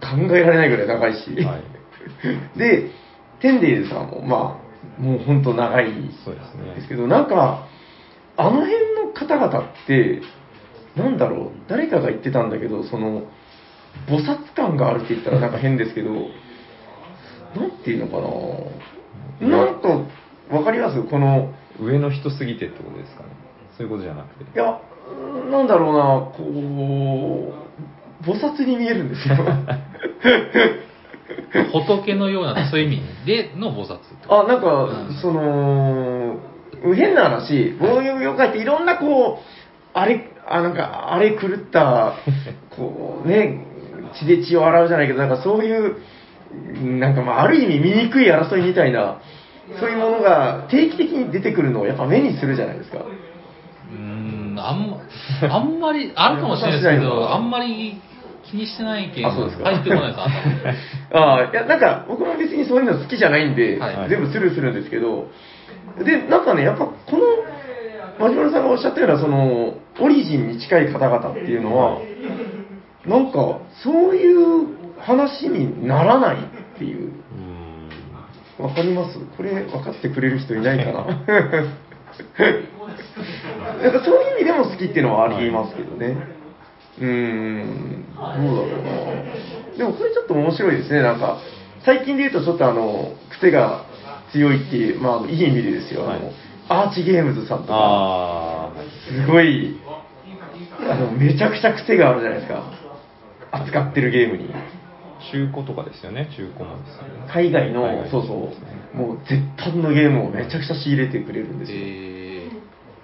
Speaker 3: 考えられないぐらい長いし、
Speaker 2: は
Speaker 3: で、テンデイズさんも、まあ、もう本当長い
Speaker 2: そうですね
Speaker 3: ですけど、なんか、あの辺の方々って、なんだろう、誰かが言ってたんだけど、その、菩薩感があるって言ったらなんか変ですけど、なんていうのかな、なんと、わかりますこの、
Speaker 2: 上の人すぎてってことですかねそういうことじゃなくて
Speaker 3: いや、なんだろうな、こう、菩薩に見えるんで すよ。
Speaker 1: 仏のような、そういう意味での菩薩ってこと
Speaker 3: あ、なんか、その、変な話、ボードゲーム業界っていろんなこう、あれ、あ、なんか、あれ狂った、こうね、血で血を洗うじゃないけど、なんかそういう、なんかまあ、ある意味醜い争いみたいな、そういうものが定期的に出てくるのをやっぱ目にするじゃないですか。
Speaker 1: うーん、あんま、あんまり、あるかもしれないですけど、あんまり気にしてないけん、
Speaker 3: あそうですか
Speaker 1: 入ってこないです、頭 に
Speaker 3: ああ、いや、なんか、僕も別にそういうの好きじゃないんで、
Speaker 1: はい
Speaker 3: 全部スルーするんですけど、で、なんかね、やっぱこの、マジマルさんがおっしゃったような、その、オリジンに近い方々っていうのは、なんか、そういう話にならないっていう、
Speaker 2: うーん
Speaker 3: わかりますこれ、分かってくれる人いないかな。 なんかそういう意味でも好きっていうのはありますけどね。うーん、どうだろうな。でもこれちょっと面白いですね、なんか。最近で言うとちょっとあの、癖が強いっていう、まああの、いい意味でですよ。あの
Speaker 2: はい
Speaker 3: アーチゲームズさんとか、
Speaker 2: あ
Speaker 3: すごい、あの、めちゃくちゃ癖があるじゃないですか。扱ってるゲームに。
Speaker 2: あ中古とかですよね中古もですよね
Speaker 3: 海外の
Speaker 2: 海外の
Speaker 3: そうそうもう絶版のゲームをめちゃくちゃ仕入れてくれるんですよ、
Speaker 1: え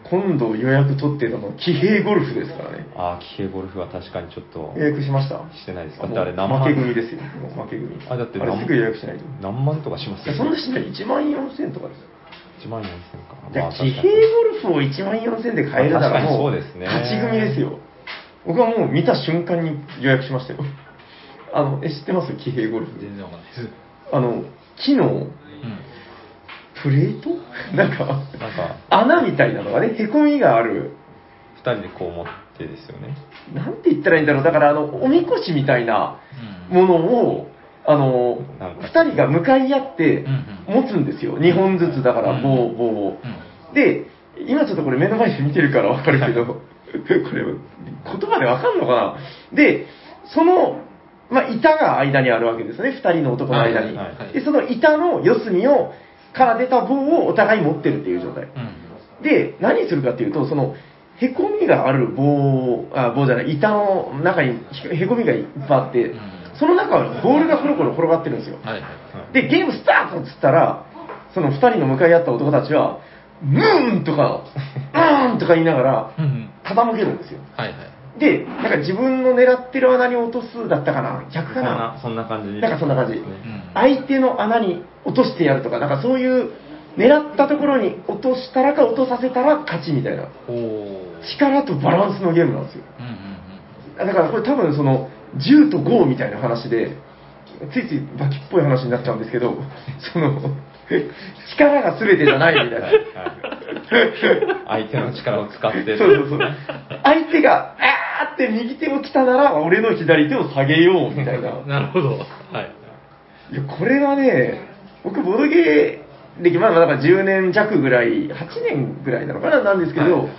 Speaker 3: 今度予約取ってたのは騎兵ゴルフですからね
Speaker 2: ああ騎兵ゴルフは確かにちょっと
Speaker 3: 予約しました
Speaker 2: してないです
Speaker 3: あ
Speaker 2: だっ
Speaker 3: もう
Speaker 2: てあれ生
Speaker 3: 負け組ですよもう負け組
Speaker 2: あだって
Speaker 3: あれすぐ予約しないとい
Speaker 2: 何万とかします
Speaker 3: やそんなしない1万4000とかです
Speaker 2: 1
Speaker 3: よ
Speaker 2: 万4000か
Speaker 3: じゃ
Speaker 2: ま
Speaker 3: あ
Speaker 2: あ
Speaker 3: 騎兵
Speaker 2: 確かに
Speaker 3: ゴルフを1万4000で買えるならも
Speaker 2: まあ確かにそう
Speaker 3: う
Speaker 2: ですね
Speaker 3: 勝ち組ですよ僕はもう見た瞬間に予約しましたよあのえ知ってます騎兵ゴルフ
Speaker 1: ー、全然わかんないです。
Speaker 3: あの木の
Speaker 1: うん
Speaker 3: プレート なんか
Speaker 2: なんか
Speaker 3: 穴みたいなのがね、へこみがある。
Speaker 2: 2人でこう持ってですよね
Speaker 3: なんて言ったらいいんだろう。だから、あの、おみこしみたいな
Speaker 1: うん
Speaker 3: ものを、あの、
Speaker 2: なんか
Speaker 3: 二人が向かい合って
Speaker 1: うんうん
Speaker 3: 持つんですよ。2本ずつだから、
Speaker 1: うん
Speaker 3: 棒を、棒を。で、今ちょっとこれ目の前で見てるからわかる けど、これ、言葉でわかんのかなで、その、まあ、板が間にあるわけですね。二人の男の間に。
Speaker 2: はいはいはい
Speaker 3: で、その板の四隅を、から出た棒をお互い持ってるっていう状態。
Speaker 1: うん
Speaker 3: で、何するかっていうと、その、へこみがある棒をあ、棒じゃない、板の中にへこみがいっぱいあって
Speaker 1: うん、
Speaker 3: その中をボールがコロコロ転がってるんですよ。
Speaker 1: はいはい。
Speaker 3: で、ゲームスタートっつったら、その二人の向かい合った男たちは、ムーンとか、うーンとか言いながら
Speaker 1: う、んうん
Speaker 3: 傾けるんですよ。
Speaker 1: はいはい。
Speaker 3: で、なんか自分の狙ってる穴に落とすだったかな、逆
Speaker 2: そ
Speaker 3: か
Speaker 2: ん
Speaker 3: な
Speaker 2: な、そんな感じ
Speaker 3: なんかそんな感じ
Speaker 2: ですね
Speaker 1: ん
Speaker 3: 相手の穴に落としてやるとか、なんかそういう、狙ったところに落としたらか落とさせたら勝ちみたいな。
Speaker 1: おー。
Speaker 3: 力とバランスのゲームなんですよ
Speaker 1: うんうん
Speaker 3: だからこれ多分その10と5みたいな話でついついバキっぽい話になっちゃうんですけどその力が全てじゃないみたいな
Speaker 2: 相手の力を使っ
Speaker 3: そ
Speaker 2: て
Speaker 3: うそうそう相手があーって右手を来たなら俺の左手を下げようみたいな
Speaker 1: うん。なるほど。はい。
Speaker 3: いやこれはね僕ボードゲー歴まだまだ10年弱ぐらい8年ぐらいなのかななんですけど、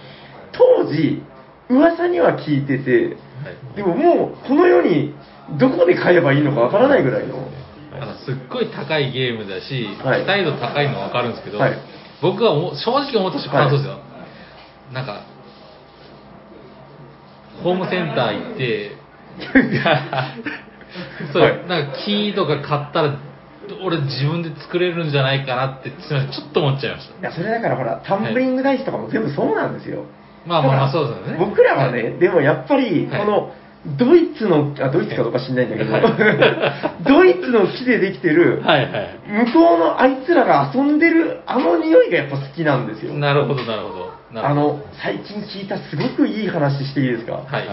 Speaker 3: 当時噂には聞いてて
Speaker 1: はい
Speaker 3: でももうこの世にどこで買えばいいのかわからないぐらいの。
Speaker 1: あのすっごい高いゲームだし、
Speaker 3: はい
Speaker 1: 期待度高いのは分かるんですけど、
Speaker 3: はい
Speaker 1: 僕はお正直思ったし感想ですよ、なんかホームセンタ ー行ってそう、
Speaker 3: はい
Speaker 1: なんか木とか買ったら俺自分で作れるんじゃないかなって、すみません、ちょっと思っちゃいました。
Speaker 3: いや、それだからほら、タンブリングダイスとかも全部そうなんですよ。
Speaker 1: まあまあまあ
Speaker 3: だから
Speaker 1: そうですよね
Speaker 3: 僕らはね、でもやっぱり、
Speaker 1: はい
Speaker 3: この、ドイツの、あ、ドイツかどうか知んないんだけど、 ドイツの木でできてる、
Speaker 1: はいはい。
Speaker 3: 向こうのあいつらが遊んでる、あの匂いがやっぱ好きなんですよ。
Speaker 1: なるほど、なるほど。な
Speaker 3: あ
Speaker 1: るほど。
Speaker 3: の、最近聞いたすごくいい話していいですか
Speaker 1: はい。
Speaker 2: はい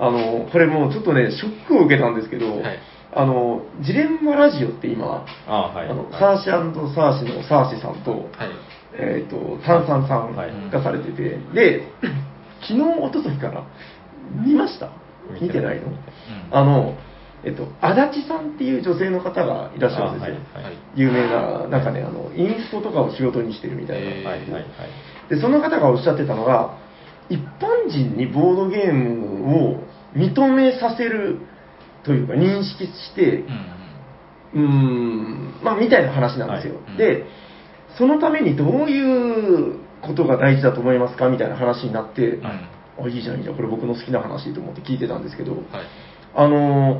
Speaker 3: あの、これもうちょっとね、ショックを受けたんですけど、
Speaker 1: はい
Speaker 3: あの、ジレンマラジオって今、
Speaker 2: ああはい
Speaker 3: あの
Speaker 2: は
Speaker 3: サーシャサーシのサーシさんと、
Speaker 1: はい。
Speaker 3: えー、と炭酸さん
Speaker 2: はい
Speaker 3: がされてて、で 昨日一昨日から見ました見
Speaker 2: 見
Speaker 3: て
Speaker 2: て
Speaker 3: な
Speaker 2: ない
Speaker 3: いの
Speaker 1: うん
Speaker 3: あの、えっと、足立さんっていう女性の方がいらっしゃるんですよ、
Speaker 2: あはい
Speaker 1: はい
Speaker 3: 有名ななんかねあのインストとかを仕事にしてるみたいな、
Speaker 1: え
Speaker 2: いはいはいはい
Speaker 3: でその方がおっしゃってたのが一般人にボードゲームを認めさせるというか認識して、
Speaker 1: うん
Speaker 3: うーん、まあ、みたいな話なんですよ。
Speaker 1: はいうん
Speaker 3: で、そのためにどういうことが大事だと思いますかみたいな話になって、
Speaker 1: うん。はい。
Speaker 3: あ、いいじゃん、いいじゃん、これ僕の好きな話と思って聞いてたんですけど、
Speaker 1: はい。
Speaker 3: あのー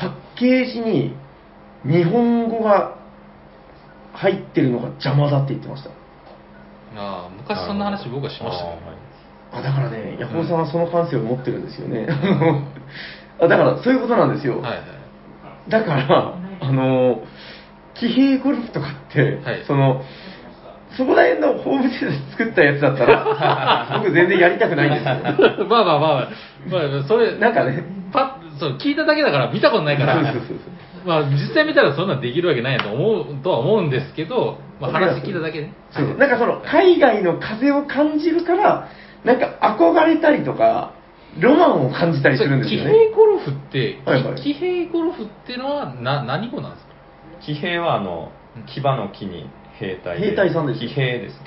Speaker 3: パッケージに日本語が入ってるのが邪魔だって言ってました。
Speaker 1: ああ、昔そんな話僕はしましたけど。
Speaker 3: あだからね、ヤホーさんはその感性を持ってるんですよね。 あだから、そういうことなんです
Speaker 1: は
Speaker 3: よ。
Speaker 1: いはい。
Speaker 3: だから、あの、騎兵ゴルフとかって、
Speaker 1: はい
Speaker 3: その、そこら辺のホームページ作ったやつだっ たら、僕全然やりたくないんですよ。
Speaker 1: まあまあまあまあ、まあ、そ れ、
Speaker 3: なんかね、
Speaker 1: パッ、そう、聞いただけだから見たことないから
Speaker 3: そうそうそうそう、
Speaker 1: まあ実際見たらそんなんできるわけないなと思う、とは思うんですけど、まあ話聞いただけね。
Speaker 3: そうなんかその、海外の風を感じるから、なんか憧れたりとか、ロマンを感じたりするんですよ
Speaker 1: それ騎
Speaker 3: ね。
Speaker 1: 兵ゴルフって、
Speaker 3: はいはい
Speaker 1: 騎兵ゴルフってのはな何語なんですか
Speaker 2: 騎兵はあの騎馬の木に兵隊
Speaker 3: 兵隊さんです
Speaker 2: 騎兵です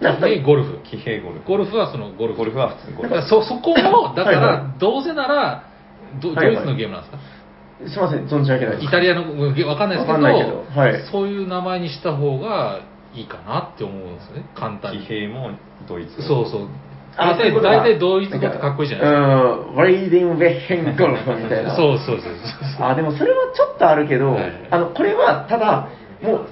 Speaker 3: なんか
Speaker 1: 騎兵ゴルフ。
Speaker 2: 騎兵ゴルフ
Speaker 1: ゴルフはそのゴルフ。
Speaker 2: ゴルフは普通にゴルフ
Speaker 1: だからそそこも、だか
Speaker 3: はいは
Speaker 1: らどうせなら、ど
Speaker 3: はいはい
Speaker 1: ドイツのゲームなんですか、
Speaker 3: すいません、存じ上げないです。
Speaker 1: イタリアのわかんないですけど
Speaker 3: わかんないけどはい
Speaker 1: そういう名前にした方がいいかなって思うんですよね簡単
Speaker 2: 騎
Speaker 1: に
Speaker 2: 兵もドイツ
Speaker 1: そうそう
Speaker 3: あ
Speaker 1: 大
Speaker 3: そう
Speaker 1: 体
Speaker 3: いうこと
Speaker 1: 大体同一語ってかっこいいじゃない
Speaker 3: うん、ワイディン・ウェッヘン・ゴルフみた
Speaker 1: です
Speaker 3: い
Speaker 1: か
Speaker 3: な。
Speaker 1: そうそうそうそう
Speaker 3: あでもそれはちょっとあるけど、
Speaker 1: はい
Speaker 3: あのこれはただ、も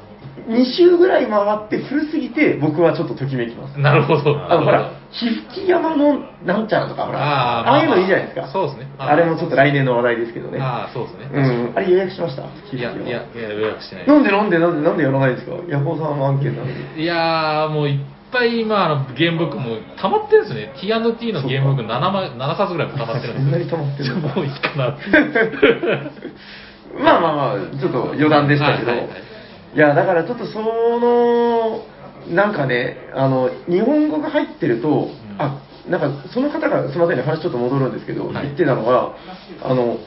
Speaker 3: う2周ぐらい回って古すぎて、僕はちょっとときめきます。
Speaker 1: なるほど
Speaker 3: あのほ
Speaker 1: なる
Speaker 3: ら、ひふき山のなんちゃらとか、ほら、
Speaker 1: あー
Speaker 3: ああいうのいいじゃないです
Speaker 1: ま
Speaker 3: か、
Speaker 1: あそうですね
Speaker 3: あれもちょっと来年の話題ですけどね、
Speaker 1: ああそうですね
Speaker 3: うん、あれ予約しました、
Speaker 1: ほどいやいやいや予約してない
Speaker 3: なんでなんでなんでなんでやらないんですか、ヤホーさんの案件なのに。
Speaker 1: いやーもういっぱい今あのゲームブックも溜まってるんですよね T&T のゲームブック 7, ま7冊ぐらいも溜まってる
Speaker 3: そ
Speaker 1: ん
Speaker 3: んな
Speaker 1: で
Speaker 3: に溜まって
Speaker 1: す
Speaker 3: る
Speaker 1: よ
Speaker 3: の
Speaker 1: もういいか なって
Speaker 3: まあまあまあ、ちょっと余談でしたけど、
Speaker 1: はい
Speaker 3: い
Speaker 1: はいはい
Speaker 3: や、だからちょっとその、なんかね、あの日本語が入ってると、あなんかその方が、すみませんね、話ちょっと戻るんですけど、
Speaker 1: はい
Speaker 3: 言ってたのが、あの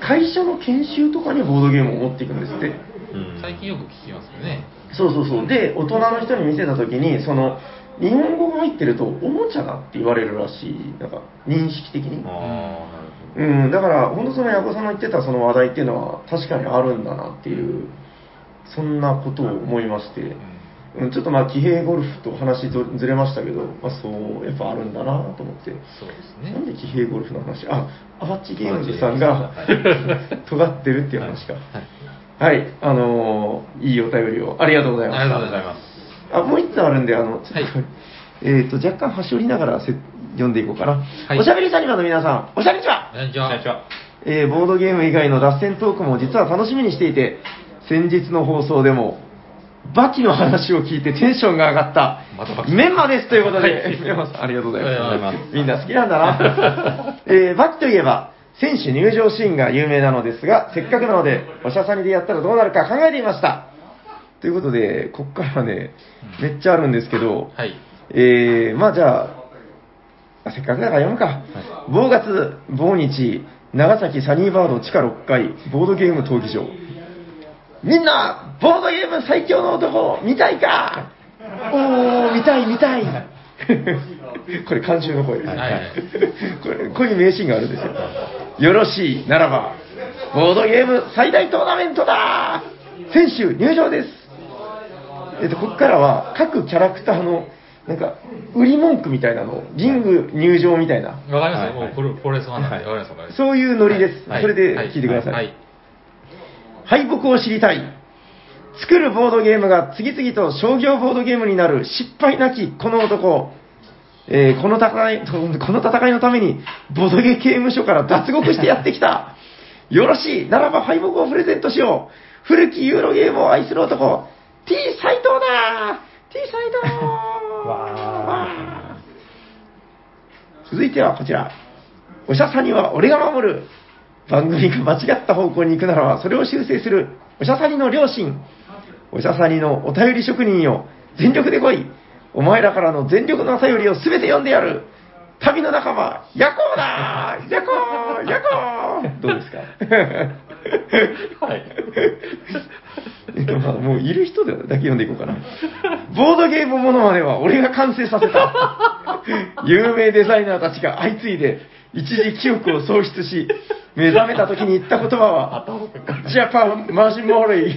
Speaker 3: 会社の研修とかにボードゲームを持っていくんですって。
Speaker 2: うん
Speaker 1: 最近よく聞きますよね
Speaker 3: そうそうそう。で、大人の人に見せたときに、その、日本語が入ってると、おもちゃだって言われるらしい、なんか、認識的に。
Speaker 2: ああなる
Speaker 3: うん、だから、本当その矢後さんの言ってたその話題っていうのは、確かにあるんだなっていう、そんなことを思いまして、うん、ちょっとまあ、騎兵ゴルフと話ずずれましたけど、まあ、そう、やっぱあるんだなと思って。
Speaker 1: そうですね
Speaker 3: なんで騎兵ゴルフの話あ、アバッチゲームズさんが
Speaker 2: アバッチゲームズさん、
Speaker 3: 尖ってるっていう話か。はい、あのーいいお便りをありがとうございました。
Speaker 1: ありがとうございます
Speaker 3: あもう一つあるんで、あの、ちょっと、
Speaker 1: はい
Speaker 3: えっ、と、若干端折りながらせ読んでいこうかな。
Speaker 1: はい
Speaker 3: おしゃべりサニバの皆さん、おしゃれにちは
Speaker 1: こんにち
Speaker 2: ほど
Speaker 1: は
Speaker 2: こんにちは
Speaker 3: えーボードゲーム以外の脱線トークも実は楽しみにしていて、先日の放送でも、バキの話を聞いてテンションが上がった、
Speaker 1: またバキ
Speaker 3: メンマですということで、
Speaker 1: はい
Speaker 3: メンマさんありがとうござい
Speaker 1: あり
Speaker 3: ま
Speaker 1: が
Speaker 3: す
Speaker 1: とうございま。
Speaker 3: みんな好きなん だな。えーバキといえば、選手入場シーンが有名なのですが、せっかくなので、おしゃさにでやったらどうなるか考えていました。ということで、ここからはね、めっちゃあるんですけど、
Speaker 1: はい
Speaker 3: えー、まあじゃあ、あせっかくだから読むか。某月、某日、長崎サニーバード地下6階、ボードゲーム闘技場。みんな、ボードゲーム最強の男、見たいかおー、見たい見たい。 これ、監修の声です。
Speaker 1: はいはい
Speaker 3: これ、こういう名シーンがあるんですよ。よろしいならば、ボードゲーム最大トーナメントだ選手入場ですえっと、ここからは各キャラクターのなんか売り文句みたいなのをリング入場みたいな
Speaker 1: わかります
Speaker 2: はい
Speaker 1: よ、
Speaker 2: は
Speaker 1: も
Speaker 2: い
Speaker 1: うプロプロレスマンなんで、わかりますわかります
Speaker 3: そういうノリです、
Speaker 1: はい
Speaker 3: それで聞いてください、
Speaker 1: はい
Speaker 3: 敗北を知りたい。作るボードゲームが次々と商業ボードゲームになる失敗なきこの男。えーこの戦い、 この戦いのために、ボドゲ刑務所から脱獄してやってきた。よろしい、ならば敗北をプレゼントしよう。古きユーロゲームを愛する男、T 斎藤だ !T 斎藤
Speaker 2: わ
Speaker 3: 続いてはこちら。おしゃさには俺が守る。番組が間違った方向に行くならば、それを修正する。おしゃさにの両親。おしゃさにのお便り職人よ。全力で来い。お前らからの全力のお便りをすべて読んでやる。旅の仲間、夜行だ夜行夜行
Speaker 2: どうですか
Speaker 3: はい。まあ、 もういる人だけ読んでいこうかな。ボードゲームものまでは俺が完成させた。有名デザイナーたちが相次いで、一時記憶を喪失し、目覚めた時に言った言葉は、ジャパンマジモレイ。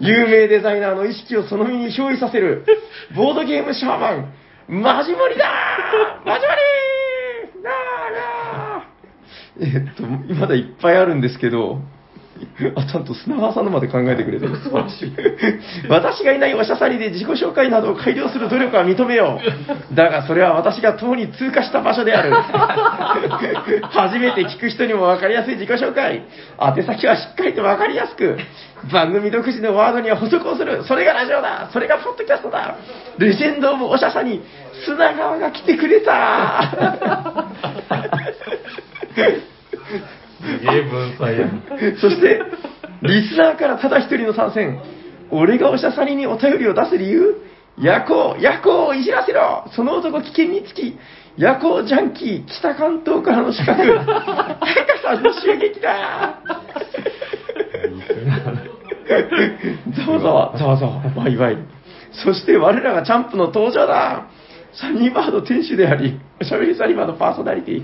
Speaker 3: 有名デザイナーの意識をその身に憑依させる、ボードゲームシャーマン、マジモリだマジモリなあなあえっと、まだいっぱいあるんですけど、あ、ちゃんと砂川さんのまで考えてくれてる。私がいないおしゃさりで自己紹介などを改良する努力は認めよう。だがそれは私がとうに通過した場所である。初めて聞く人にも分かりやすい自己紹介。宛先はしっかりと分かりやすく。番組独自のワードには補足をする。それがラジオだ。それがポッドキャストだ。レジェンド・オブ・おしゃさに砂川が来てくれた。
Speaker 1: すげえ文才やん。
Speaker 3: そして、リスナーからただ一人の参戦。俺がおしゃさりにお便りを出す理由夜行、夜行をいじらせろその男危険につき、夜行ジャンキー、北関東からの資格、 高さんの襲撃だ ざわざわ、ざわざわ、ワイワイ。そして我らがチャンプの登場だサニーバード店主であり、おしゃべりサニバーのパーソナリティ。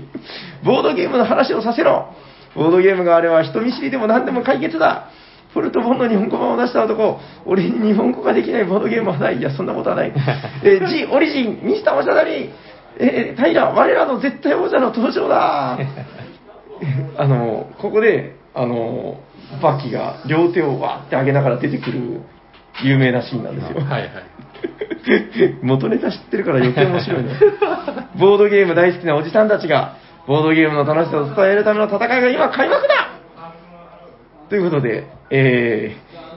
Speaker 3: ボードゲームの話をさせろボードゲームがあれば人見知りでも何でも解決だポルトボンの日本語版を出した男、俺に日本語ができないボードゲームはない。いや、そんなことはない。えー G、オリジン、ミスターおしゃだり、えー、タイラ、我らの絶対王者の登場だ あの、ここで、あの、バキが両手をわーって上げながら出てくる有名なシーンなんですよ。
Speaker 1: はいはい。
Speaker 3: 元ネタ知ってるから余計面白いね。 ボードゲーム大好きなおじさんたちが、ボードゲームの楽しさを伝えるための戦いが今開幕だということで、え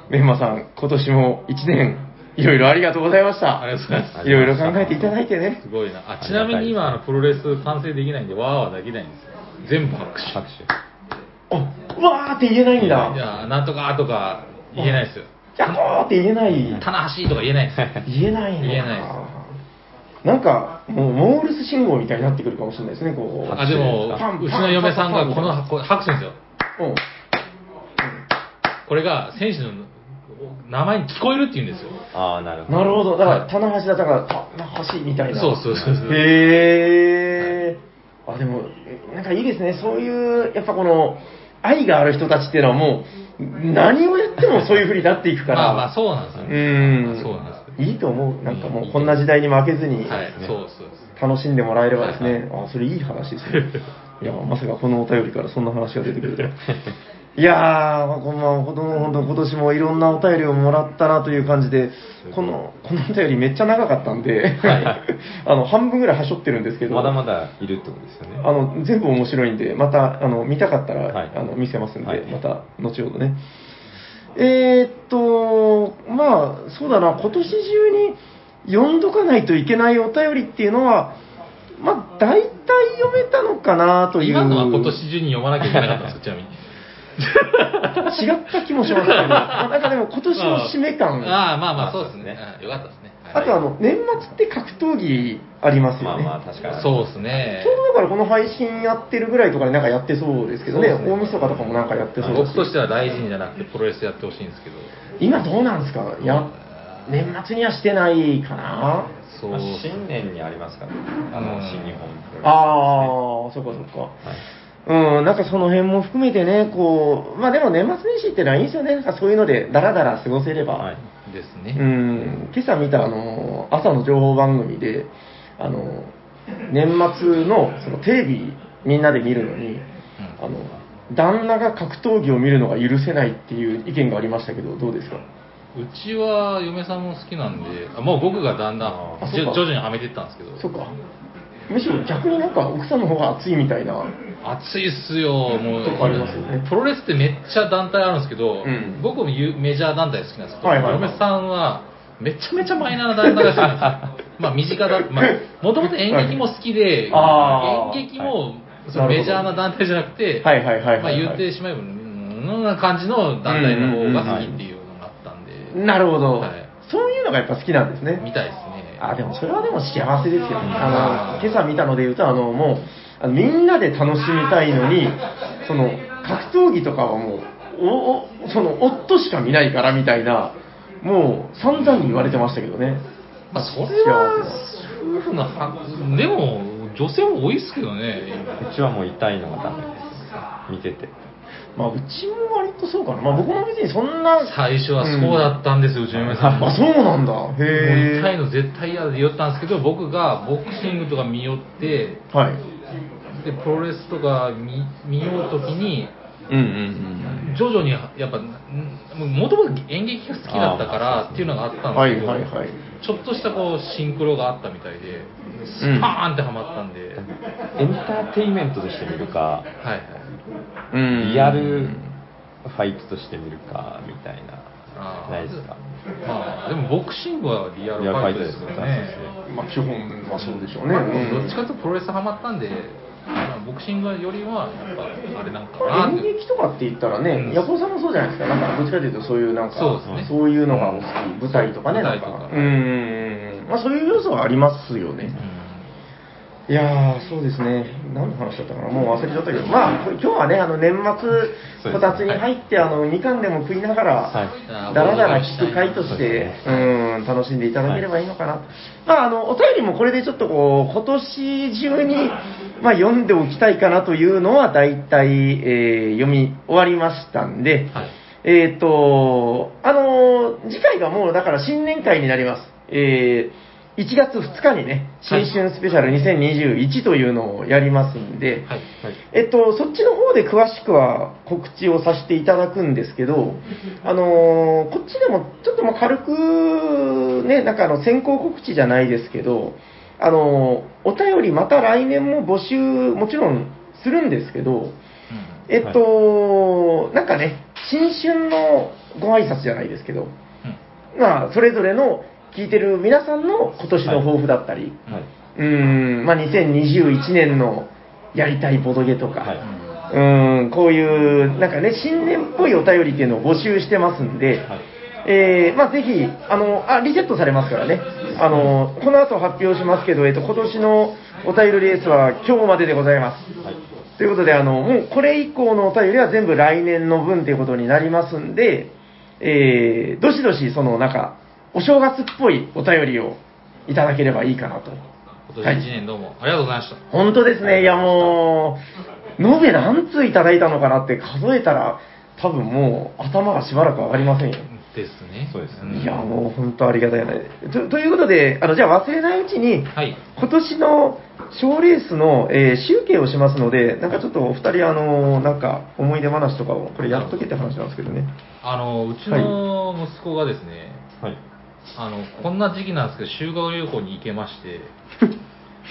Speaker 3: ー、メンマさん、今年も1年、いろいろありがとうございました。
Speaker 1: ありがとうございます
Speaker 3: いろいろ考えていただいてね
Speaker 1: す。ごいな。あ、ちなみに今、あの、プロレス完成できないんで、わーはできないんですよ。全部拍手。
Speaker 2: 拍手
Speaker 3: おわーって言えないん
Speaker 1: い
Speaker 3: だ。
Speaker 1: や、なんとかとか言えないですよ。
Speaker 3: やっほーって言えない。
Speaker 1: 棚橋とか言えないです。
Speaker 3: 言えないのか
Speaker 1: 言えないで
Speaker 3: なんか、もうモールス信号みたいになってくるかもしれないですね、こう。
Speaker 1: あ、でも
Speaker 3: パン、パン
Speaker 1: うちの嫁さんが
Speaker 3: パン
Speaker 1: この
Speaker 3: パン
Speaker 1: 箱、拍手ですよ。
Speaker 3: うん
Speaker 1: これが選手の名前に聞こえるって言うんですよ。
Speaker 2: ああなるほど
Speaker 3: なるほど、だから、
Speaker 1: はい
Speaker 3: 棚橋だったから、棚橋みたいな。
Speaker 1: そうそうそうそう。
Speaker 3: へー。あ、でも、えなんかいいですね、そういう、やっぱこの、愛がある人たちっていうのはもう、何をやってもそういうふうになっていくか ら。
Speaker 1: まあまあ、そうなんです
Speaker 3: う
Speaker 1: よね。
Speaker 3: ん。
Speaker 1: そうなんですよ
Speaker 3: いいと思う。なんかもう、こんな時代に負けずに。
Speaker 1: はい、そうそうです。
Speaker 3: 楽しんでもらえればですね、あそれいい話ですね。いや、まさかこのお便りからそんな話が出てくるとは。いやー、まあこんばんはほんとほんと今年もいろんなお便りをもらったなという感じで、この、このお便りめっちゃ長かったんで、
Speaker 1: はい
Speaker 3: あの、半分ぐらいはしょってるんですけど、
Speaker 2: まだまだいるってことですよね
Speaker 3: あの、全部面白いんで、また、あの、見たかったら、
Speaker 2: はい
Speaker 3: あの、見せますんで、
Speaker 2: はい
Speaker 3: また、後ほどね。えー、っと、まあ、そうだな、今年中に読んどかないといけないお便りっていうのは、まあ、大体読めたのかなという。
Speaker 1: 今のは今年中に読まなきゃいけなかったんですよ、ちなみに。
Speaker 3: 違った気もします けど、まあなんかでも今年の締め感。
Speaker 1: ああ、まあまあ、そうです
Speaker 2: ま
Speaker 1: ね。
Speaker 2: あ
Speaker 1: うんよかったですね。はい
Speaker 3: あとあの、年末って格闘技あります
Speaker 2: ま
Speaker 3: よ
Speaker 2: あ
Speaker 3: ね。
Speaker 2: まあ確かに
Speaker 1: そうですね
Speaker 3: ちょ。うどだからこの配信やってるぐらいとかでなんかやってそうですけどね、
Speaker 1: そうですね
Speaker 3: 大晦日とかもなんかやってそうだし
Speaker 1: 僕としては大臣じゃなくてプロレスやってほしいんですけど。
Speaker 3: 今どうなんですかや年末にはしてないかな
Speaker 1: そう
Speaker 2: まあ
Speaker 1: ですね
Speaker 2: 新年にありますからねあ
Speaker 1: う
Speaker 2: の
Speaker 1: ん
Speaker 2: 新日本プロレス
Speaker 3: ああ、そっかそっか。うん、なんかその辺も含めてね、こう、まあでも年末年始ってのはいいんですよね、なんかそういうので、だらだら過ごせれば。
Speaker 2: はい
Speaker 1: です
Speaker 3: う
Speaker 1: ね。
Speaker 3: ん、今朝見たあの朝の情報番組で、あの年末のそのテレビみんなで見るのに、あの旦那が格闘技を見るのが許せないっていう意見がありましたけど、どうですか
Speaker 1: うちは嫁さんも好きなんで、あもう僕がだんだん
Speaker 3: あ
Speaker 1: じ
Speaker 3: そ
Speaker 1: ょ
Speaker 3: うか
Speaker 1: 徐々にはめてったんですけど、
Speaker 3: そっか。むしろ逆になんか奥さんの方が熱いみたいな。
Speaker 1: 暑いっすよ、も
Speaker 3: とかありますよね
Speaker 1: う、プロレスってめっちゃ団体あるんですけど、
Speaker 3: うん
Speaker 1: 僕もゆメジャー団体好きなんですけど、
Speaker 3: はいはいはい
Speaker 1: 嫁さんはめちゃめちゃマイナーな団体が好きなん ですよ。まあ身近だ、まあ、もともと演劇も好きで、
Speaker 3: あー
Speaker 1: 演劇も、
Speaker 3: い
Speaker 1: その
Speaker 3: なるほど
Speaker 1: メジャーな団体じゃなくて、
Speaker 3: はいはいはいはい
Speaker 1: まあ
Speaker 3: はい
Speaker 1: 言ってしまえば、うーんな感じの団体の方が好きっていうのがあったんで、
Speaker 3: なるほど、
Speaker 1: はい
Speaker 3: そういうのがやっぱ好きなんですね。
Speaker 1: 見たいですね。
Speaker 3: あでもそれはでも幸せですよ、あ
Speaker 1: あ
Speaker 3: の
Speaker 1: ー
Speaker 3: 今朝見たので言うと、あのもうあのみんなで楽しみたいのに、その格闘技とかはもう、おおその夫しか見ないからみたいな、もう散々に言われてましたけどね、
Speaker 1: まあ、それは夫婦のはでも女性も多いっすけどね
Speaker 2: うちはもう痛いのがダメです。見てて。
Speaker 3: まあ、うちも割とそうかな、まあ、僕も別にそんな、
Speaker 1: 最初はそうだったんですよ、うちの嫁さんも
Speaker 3: あそうなんだ、
Speaker 1: もう
Speaker 3: へ
Speaker 1: 痛いの絶対嫌で言ったんですけど僕がボクシングとか見よって
Speaker 3: え、はい、
Speaker 1: でプロレスとか見見ようときに
Speaker 2: うんうん
Speaker 1: 徐々にやっぱもともと演劇が好きだったからっていうのがあった
Speaker 3: は
Speaker 1: んです
Speaker 3: い
Speaker 1: けど、
Speaker 3: はいはい、
Speaker 1: ちょっとしたこうシンクロがあったみたいでスパーンってはまったんで、はい
Speaker 2: エンターテインメントとして見るか、
Speaker 1: はい
Speaker 3: うん
Speaker 2: リアルファイトとして見るか、みたいな
Speaker 1: あ。ー
Speaker 2: ないですか。
Speaker 1: まあでもボクシングはリアルファイトですもん
Speaker 2: リアルファイトです
Speaker 1: ね
Speaker 2: ね
Speaker 3: まあ、基本はそうでしょうね。
Speaker 1: まあでも
Speaker 3: うん
Speaker 1: どっちかというとプロレスハマったんで、まあボクシングよりはやっぱあれなんか
Speaker 3: これ
Speaker 1: なっ
Speaker 3: 演
Speaker 1: て
Speaker 3: 劇とかって言ったらね
Speaker 1: う、ん
Speaker 3: ヤコウさんもそうじゃないですか、なんかどっちかというと、そういうなんか、
Speaker 1: そうですね
Speaker 3: そういうのがお好き、舞台とかね、
Speaker 1: 舞
Speaker 3: な
Speaker 1: 台
Speaker 3: んか、
Speaker 1: と
Speaker 3: う
Speaker 1: か
Speaker 3: ーん、まあ、そういう要素はありますよね。いやー、そうですね、何の話だったかな、もう忘れちゃったけど、まあ、これ今日はね、あの年末、こたつに入って、あのみかんでも食いながら、
Speaker 2: はい
Speaker 1: あー
Speaker 3: だらだら聞く回とし
Speaker 2: そう
Speaker 3: て
Speaker 2: で、
Speaker 3: うーん、楽しんでいただければいいのかな。まあ、あの、お便りもこれでちょっとこう、今年中に、まあ、読んでおきたいかなというのは、大体、えー読み終わりましたんで、
Speaker 1: はい
Speaker 3: えーっと、あのー次回がもうだから新年会になります。えー1月2日にね、
Speaker 1: はい
Speaker 3: 新春スペシャル2021というのをやりますんで、
Speaker 1: はい
Speaker 3: えっと、そっちの方で詳しくは告知をさせていただくんですけど、 あのーこっちでもちょっともう軽く、ね、なんかあの先行告知じゃないですけど、あのーお便りまた来年も募集もちろんするんですけ
Speaker 1: う
Speaker 3: ど、えっと、なんかね、新春のご挨拶じゃないですけど、
Speaker 1: んうん
Speaker 3: まあ、それぞれの聞いてる皆さんの今年の抱負だったり、
Speaker 2: はい。
Speaker 3: うーん、まあ、2021年のやりたいボドゲとか、
Speaker 2: はい。
Speaker 3: うーん、こういう、なんかね、新年っぽいお便りっていうのを募集してますんで、
Speaker 2: はい
Speaker 3: えーまあ、ぜひあのあ、リセットされますからね、あのこの後発表しますけど、えっと今年のお便りレースは今日まででございます。
Speaker 2: はい。
Speaker 3: ということであの、もうこれ以降のお便りは全部来年の分ということになりますんで、えーどしどし、そのなんか、お正月っぽいお便りをいただければいいかなと。
Speaker 1: 今年一年どうもありがとうございました
Speaker 3: 本当ですね、いやもう、延べ何通いただいたのかなって数えたら、多分もう頭がしばらく上がりませんよ。
Speaker 1: ですね
Speaker 2: そうです
Speaker 1: ん
Speaker 2: ね
Speaker 3: いやもう本当ありがたいね。とということで、あのじゃあ忘れないうちに、
Speaker 1: はい
Speaker 3: 今年の賞レースの、えー集計をしますので、なんかちょっとお二人、あのーなんか思い出話とかを、これやっとけって話なんですけどね。
Speaker 1: あのうちの息子がですね、
Speaker 2: はい。
Speaker 1: あのこんな時期なんですけど修学旅行に行けまして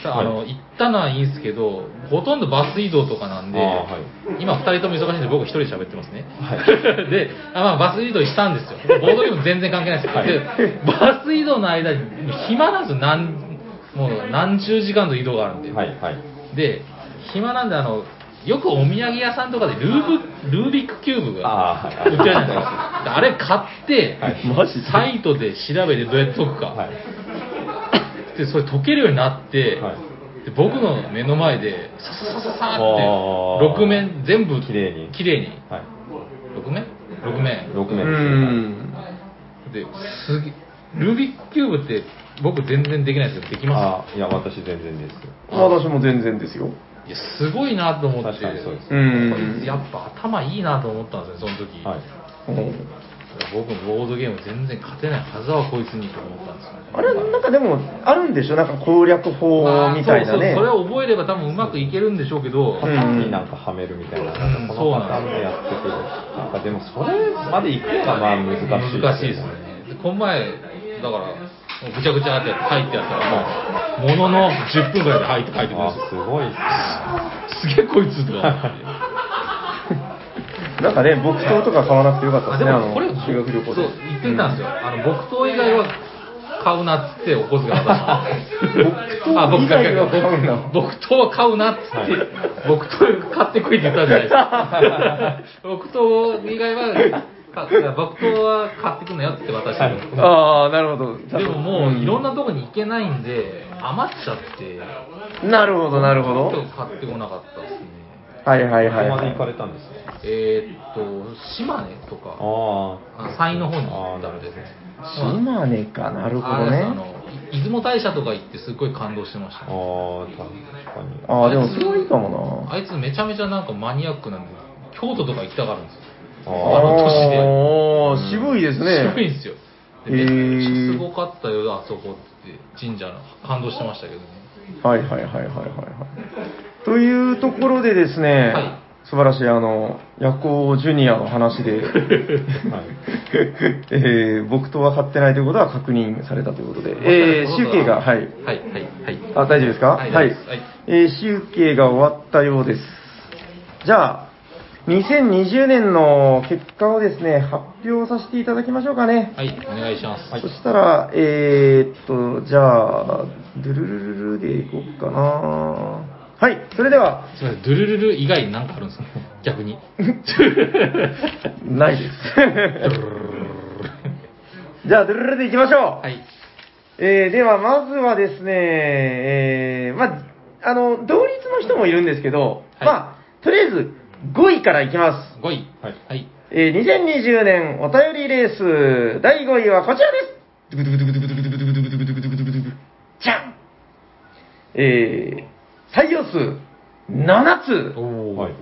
Speaker 1: あの行ったのはいいんですけどほとんどバス移動とかなんで、
Speaker 2: あーはい
Speaker 1: 今2人とも忙しいんで僕1人で喋ってますね、 であ、まあ、バス移動したんですよボードゲーム全然関係ないですよ、でバス移動の間に暇なんですよ何もう何十時間の移動があるんで、
Speaker 2: はい。はい。
Speaker 1: で暇なんであのよくお土産屋さんとかでルーブルービックキューブが
Speaker 2: あーはい
Speaker 1: 売ってるじゃないですかであれ買って、
Speaker 2: はい
Speaker 3: マジで
Speaker 1: サイトで調べてどうやって解くか、
Speaker 2: はい。
Speaker 1: でそれ解けるようになって、
Speaker 2: はい
Speaker 1: で僕の目の前でさささささ
Speaker 2: あー
Speaker 1: って6面全部
Speaker 2: 綺麗に
Speaker 1: 綺麗に
Speaker 2: はい。
Speaker 1: 6面 ?6 面
Speaker 2: 6
Speaker 3: う
Speaker 2: 名
Speaker 3: ー
Speaker 2: ですね。
Speaker 3: ん。
Speaker 1: ですげルービックキューブって僕全然できないですけどできま
Speaker 2: あーいや、私全然です。
Speaker 3: 私も全然ですよ。
Speaker 1: すいやすごいなと思って
Speaker 2: 確かにそうです
Speaker 3: うーん。
Speaker 1: やっぱ頭いいなと思ったんですよその時、
Speaker 2: はい。
Speaker 3: うん
Speaker 1: 僕もボードゲーム全然勝てないはずはこいつにと思ったんですよね
Speaker 3: あれ、なんかでも、あるんでしょなんか攻略法
Speaker 1: まあ
Speaker 3: みたいなね。
Speaker 1: そうそうそれを覚えれば多分うまくいけるんでしょうけど、
Speaker 3: うん
Speaker 2: 型になんかはめるみたいな、なんかこのパターンでやってて、なんかでもそれまで行くのがまあ難しい。
Speaker 1: 難しいですね。でこの前、だから、ぐちゃぐちゃって入ってやったら、もう、ものの10分ぐらいで入って書いてくるん
Speaker 2: あ
Speaker 1: ですよ。
Speaker 2: すごいっすね。
Speaker 1: すげえこいつとか思って。
Speaker 3: なんかね、木刀とか買わなくてよかった
Speaker 1: あ
Speaker 3: で
Speaker 1: です
Speaker 3: ね、あ
Speaker 1: も
Speaker 3: の
Speaker 1: これ、
Speaker 3: 修学旅行で。
Speaker 1: そう、言ってたんですよ。あの、木刀以外は買うなっつって、 お小遣い渡した。
Speaker 3: 木刀
Speaker 1: あ僕
Speaker 3: 以外は買うな
Speaker 1: 僕木刀は買うなっつって、木刀買ってこいって言ったじゃないですか。 木刀以外は、か木刀は買ってくんなよって渡してる。
Speaker 3: ああ、なるほど。
Speaker 1: でももういろんなとこに行けないんで、余っちゃって、
Speaker 3: なるほど、なるほど。
Speaker 1: ちょっと買ってこなかったですね。
Speaker 3: はいはい
Speaker 2: ど
Speaker 3: は
Speaker 2: こ
Speaker 3: い、
Speaker 2: ま
Speaker 3: は
Speaker 2: で行かれ
Speaker 3: い。
Speaker 2: たんですね。
Speaker 1: えー、っと、島根とか、
Speaker 2: あ
Speaker 1: あ山陰の方に行ったんで、ま
Speaker 3: 島根か、なる
Speaker 1: あ
Speaker 3: ほど
Speaker 1: あれ
Speaker 3: ね。
Speaker 1: ですあのい出雲大社とか行ってすっごい感動してまし
Speaker 2: あ、あ
Speaker 1: た、
Speaker 2: あ、確かに。
Speaker 3: ああ、でもそれはいいかも
Speaker 1: あ
Speaker 3: な。
Speaker 1: いつめちゃめちゃなんかマニアックなんで、京都とか行きたがるんですよ。
Speaker 2: あ
Speaker 1: あの年で
Speaker 3: あー渋いですね。
Speaker 1: 渋いんですよ。で
Speaker 3: へ
Speaker 1: めっ
Speaker 3: ー
Speaker 1: ちゃすごかったよ、あそこって、神社の。感動してましたけどね。
Speaker 3: はいはいはいはいはいはい。というところでですね、
Speaker 1: はい
Speaker 3: 素晴らしいあの夜行ジュニアの話 で、 えー僕とは買ってないということは確認されたということで、えー集計がはい。
Speaker 1: はい、はい、はい。
Speaker 3: あ大丈夫ですか？
Speaker 1: はい大丈夫ですはい
Speaker 3: えー集計が終わったようです。じゃあ2020年の結果をですね発表させていただきましょうかね。
Speaker 1: はい、お願いします。
Speaker 3: そしたら、えーっと、じゃあ、ドゥルルルルでいこうかな。はい、それでは、
Speaker 1: すみません、ドゥルルル以外に何かあるんですか逆 に。
Speaker 3: ないです。じゃあ、ドゥルルルでいきましょう。
Speaker 1: はい。
Speaker 3: えーでは、まずはですね、えーまあ、あの、同率の人もいるんですけど、
Speaker 1: はい
Speaker 3: まあ、とりあえず、5位からいきます。
Speaker 1: 5位。
Speaker 2: はい
Speaker 1: はい。
Speaker 3: えー2020年お便りレース、第5位はこちらですドゥクドゥクドゥクドゥクドゥクドゥクドゥクドゥクドゥクドゥクドゥクドゥクじゃんえー、採用数7つ、
Speaker 1: お
Speaker 2: はい。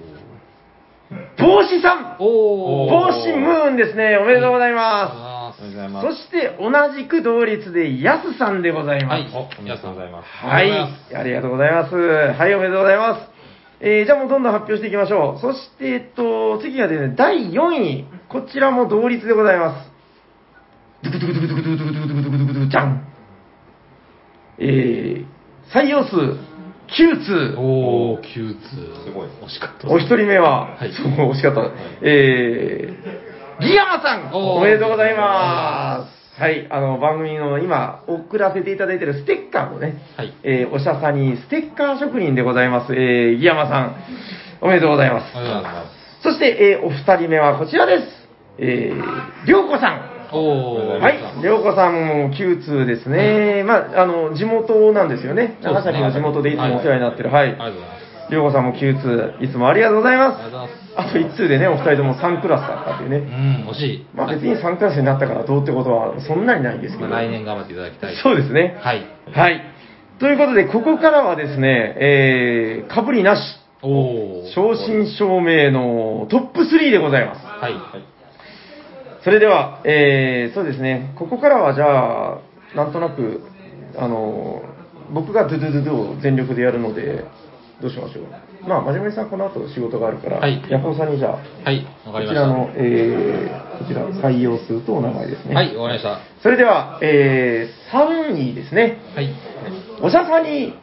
Speaker 3: 帽子さん
Speaker 1: おー
Speaker 3: 帽子ムーンですね、おめでとうございま
Speaker 1: あ
Speaker 2: おはようござい
Speaker 3: す。
Speaker 2: ます
Speaker 3: そ。して同じく同率でヤスさんでございます。
Speaker 1: はい
Speaker 2: お、ありがとうございます。
Speaker 3: はい、ありがとうございます。はい、おめでとうございます。えー、じゃあもうどんどん発表していきましょう。そして、えっと、次がですね、第4位。こちらも同率でございます。ドゥクドゥクドゥクドゥクドゥクドゥクドゥクドゥクドゥクじゃん。えー、採用数9
Speaker 1: ー
Speaker 3: 通。
Speaker 1: おー、9通。
Speaker 2: すごい
Speaker 1: 惜しかった。
Speaker 3: お一人目は、
Speaker 1: はい
Speaker 3: そう、惜しかった。えー、ギガマさん
Speaker 1: おー
Speaker 3: おめでとうございます。はい、あの、番組の今、送らせていただいてるステッカーもね、
Speaker 1: はい
Speaker 3: えーおしゃさにステッカー職人でございます、えー、ギヤマさん、おめでとうございま
Speaker 1: おは
Speaker 3: す。
Speaker 1: ようございま
Speaker 3: そして、えーお二人目はこちらです。えー、りょうこさん。
Speaker 1: す。おー、
Speaker 3: はい、りょうこさんも9通ですね。まあ、あの、地元なんですよね。
Speaker 1: そうで
Speaker 3: 長
Speaker 1: すね
Speaker 3: 崎の地元でいつもお世話になってる。は
Speaker 1: あ
Speaker 3: い
Speaker 1: り。がとうございます。
Speaker 3: りょうこさんも9通、いつもありがとうござい
Speaker 1: ありがと
Speaker 3: ま
Speaker 1: う
Speaker 3: す。
Speaker 1: ございます。
Speaker 3: あと1通でね、お二人とも3クラスだったっていう
Speaker 1: う
Speaker 3: ね。
Speaker 1: ん、惜しい。
Speaker 3: まあ別に3クラスになったからどうってことはそんなにないんですけ
Speaker 1: まあ
Speaker 3: ど。
Speaker 1: 来年頑張っていただきたい。
Speaker 3: そうですね。
Speaker 1: はい。
Speaker 3: はい。ということで、ここからはですね、えー、かぶりなし、
Speaker 1: おー。
Speaker 3: 正真正銘のトップ3でございま
Speaker 1: はい。
Speaker 3: す。それでは、えー、そうですね、ここからはじゃあ、なんとなく、あの、僕がドゥドゥドゥドゥを全力でやるので、どうしましょう。まあ、真面目にさん、この後仕事があるから、
Speaker 1: はい
Speaker 3: ヤホーさんにじゃあ、
Speaker 1: はい、わ
Speaker 3: こ
Speaker 1: かりま
Speaker 3: ち
Speaker 1: し
Speaker 3: ら
Speaker 1: た。
Speaker 3: の、えー、こちら、採用数とお名前ですね。
Speaker 1: はい、わかりました。
Speaker 3: それでは、えー、3位ですね。
Speaker 1: はい。
Speaker 3: おしゃさに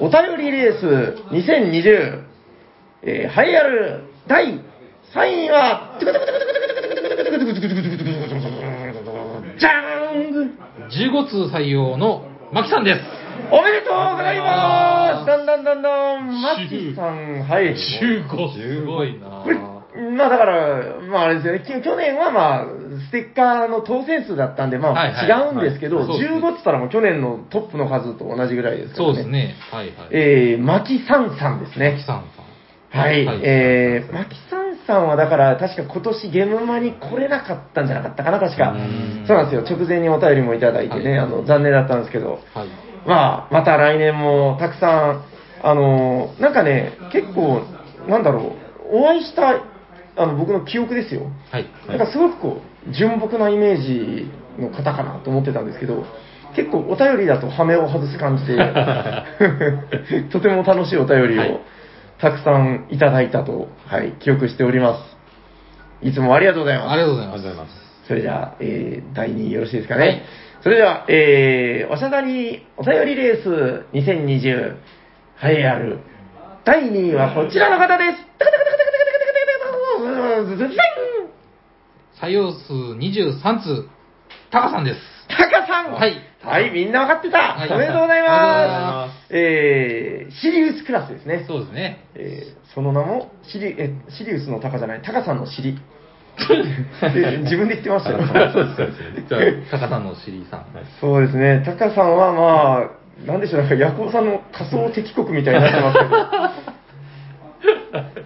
Speaker 3: お便りレース2020、えー、栄えある第3位は、じゃーん
Speaker 1: 15通採用のマキさんです。
Speaker 3: おめでとうございますだんだんだんだん、マッチーさん、はい。
Speaker 1: 15すごいな
Speaker 3: これ、まあだから、まああれですよね、き去年はまあ、ステッカーの当選数だったんで、ま
Speaker 1: はい
Speaker 3: あ
Speaker 1: はい
Speaker 3: 違うんですけど、
Speaker 1: はいそうですね
Speaker 3: 15って言ったらもう去年のトップの数と同じぐらいですから
Speaker 1: そ
Speaker 3: ね。
Speaker 1: うです。ね。はいはい。
Speaker 3: えー、マキさんさんですね。
Speaker 1: マキさんさん。
Speaker 3: はい、
Speaker 1: はい
Speaker 3: えー、マキさんさんはだから、確か今年ゲームマに来れなかったんじゃなかったかな、確か
Speaker 1: うーん。
Speaker 3: そうなんですよ、直前にお便りもいただいてね、
Speaker 1: はい
Speaker 3: あの残念だったんですけど、
Speaker 1: はい。
Speaker 3: まあ、また来年もたくさん、あのーなんかね、結構、なんだろう、お会いしたあの僕の記憶ですよ、
Speaker 1: はい。
Speaker 3: なんかすごくこう純朴なイメージの方かなと思ってたんですけど、結構お便りだとハメを外す感じで、とても楽しいお便り
Speaker 1: はい
Speaker 3: をたくさんいただいたと、はい、記憶しております。いつもありがとうございます。
Speaker 1: ありがとうござい
Speaker 2: ありが
Speaker 1: ま
Speaker 2: とうご
Speaker 1: す
Speaker 2: ざ。います。
Speaker 3: それでは、えー第2位よろしいですかね。
Speaker 1: はい
Speaker 3: それでは、えー、おしゃだにお便りレース2020栄えある第2位はこちらの方です。
Speaker 1: 採用数23通、タカさんです。
Speaker 3: タカさん
Speaker 1: はい
Speaker 3: はい、みんな分かってた、
Speaker 1: はい
Speaker 3: おめでとうござい
Speaker 1: あ
Speaker 3: ますえー、シリウスクラスですね。
Speaker 1: そうですね。
Speaker 3: えーその名もシリえシリウスのタカじゃない、タカさんの尻。で自分で言ってましたよ。
Speaker 2: そうですね。
Speaker 1: じゃあ、タカさんのお尻さん。
Speaker 3: そうですね、タカさんはまあ、なんでしょう、なんか、ヤコウさんの仮想敵国みたいになってま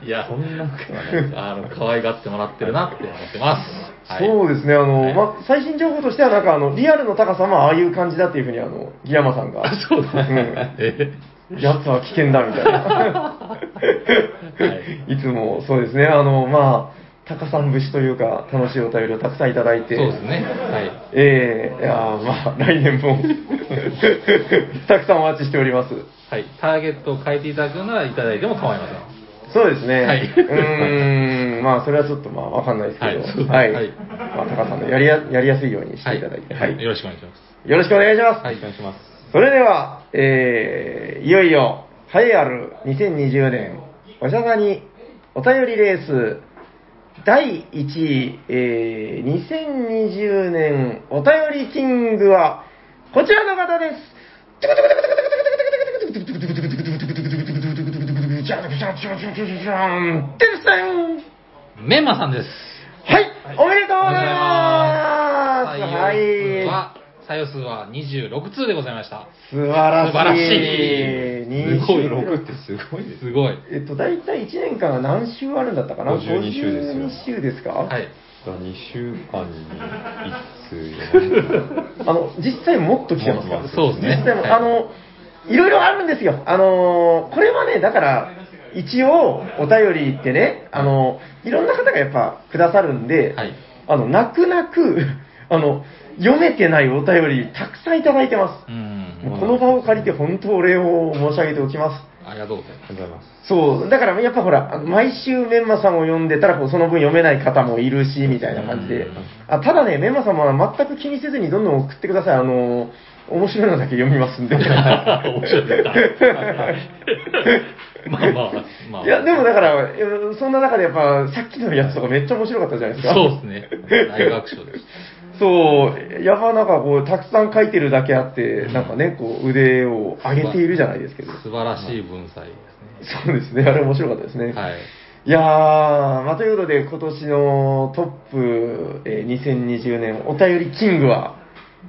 Speaker 3: す
Speaker 1: いや、そんなことはね、あの、可愛がってもらってるなって思ってます。
Speaker 3: けど、そうですね、あの、
Speaker 1: はい
Speaker 3: まあ、最新情報としては、なんか、あの、リアルのタカさんはああいう感じだっていうふうに、あの、ギヤマさんが、
Speaker 1: す。 そうですね。え
Speaker 3: やつは危険だみたいな。いつも、そうですね、あの、まあ、タカさん節というか、楽しいお便りをたくさんいただい
Speaker 1: そ
Speaker 3: て、
Speaker 1: うですね。はい。
Speaker 3: ええいやーまあ、来年も、 たくさんお待ちしております。
Speaker 1: はい。ターゲットを変えていただくならいただいても構いません。
Speaker 3: そうですね。
Speaker 1: はいう
Speaker 3: ーん、まあ、それはちょっとまあ、わかんないですけ
Speaker 1: はいそう
Speaker 3: ど、はい。
Speaker 1: はい
Speaker 3: まあ、高さんのやりややりやすいようにしていただいて、はい。
Speaker 1: よろしくお願いします。
Speaker 3: よろしくお願いします。
Speaker 1: はい。
Speaker 2: お願いします。
Speaker 3: それでは、えー、いよいよ、栄えある2020年、おしゃさにお便りレース、第1位、えー、2020年お便りキングは、こちらの方です。テルさん
Speaker 1: メンマさんです。
Speaker 3: はい、おめでとうございます。は
Speaker 1: 採用数は、、採用数
Speaker 3: い
Speaker 1: は26通でございました。
Speaker 3: 素晴らしい。
Speaker 1: 素晴らし
Speaker 3: 二週
Speaker 2: 26ってすごいです。
Speaker 1: すごい。
Speaker 3: えっと、大体1年間が何週あるんだったかな
Speaker 2: 52週ですよ
Speaker 3: 52週ですか
Speaker 1: はい。
Speaker 2: 2週間に1通読まれた。
Speaker 3: あの、実際もっと来てますか
Speaker 2: も
Speaker 3: ら。
Speaker 2: っと
Speaker 1: そうですね
Speaker 3: 実際も、
Speaker 1: はい
Speaker 3: あの、いろいろあるんですよ。あのー、これはね、だから、一応、お便りってね、あの、いろんな方がやっぱくださるんで、
Speaker 1: はい
Speaker 3: あの、泣く泣く、 あの、読めてないお便り、たくさんいただいてま
Speaker 1: う
Speaker 3: す。
Speaker 1: ん。
Speaker 3: もうこの場を借りて、本当お礼を申し上げておきます。
Speaker 1: ありがとうございま
Speaker 2: ありがとうございます。
Speaker 3: そう、だからやっぱほら、毎週メンマさんを読んでたら、こうその分読めない方もいるし、みたいな感じで
Speaker 1: うん。
Speaker 3: あただね、メンマさんは全く気にせずにどんどん送ってください。あの、面白いのだけ読みます んで。
Speaker 1: す。 面白いですかまあまあ、まあ。
Speaker 3: いや、でもだから、えーそんな中でやっぱ、さっきのやつとかめっちゃ面白かったじゃないですか。
Speaker 1: そうですね。大学賞です。
Speaker 3: そう、やっぱなんかこう、たくさん書いてるだけあって、なんかね、こう、腕を上げているじゃないですけど。
Speaker 1: 素晴らしい文才で
Speaker 3: そうですね、あれ面白かったですね。
Speaker 1: すね。はい。
Speaker 3: いやー、まあ、ということで、今年のトップ、えー2020年お便りキングは、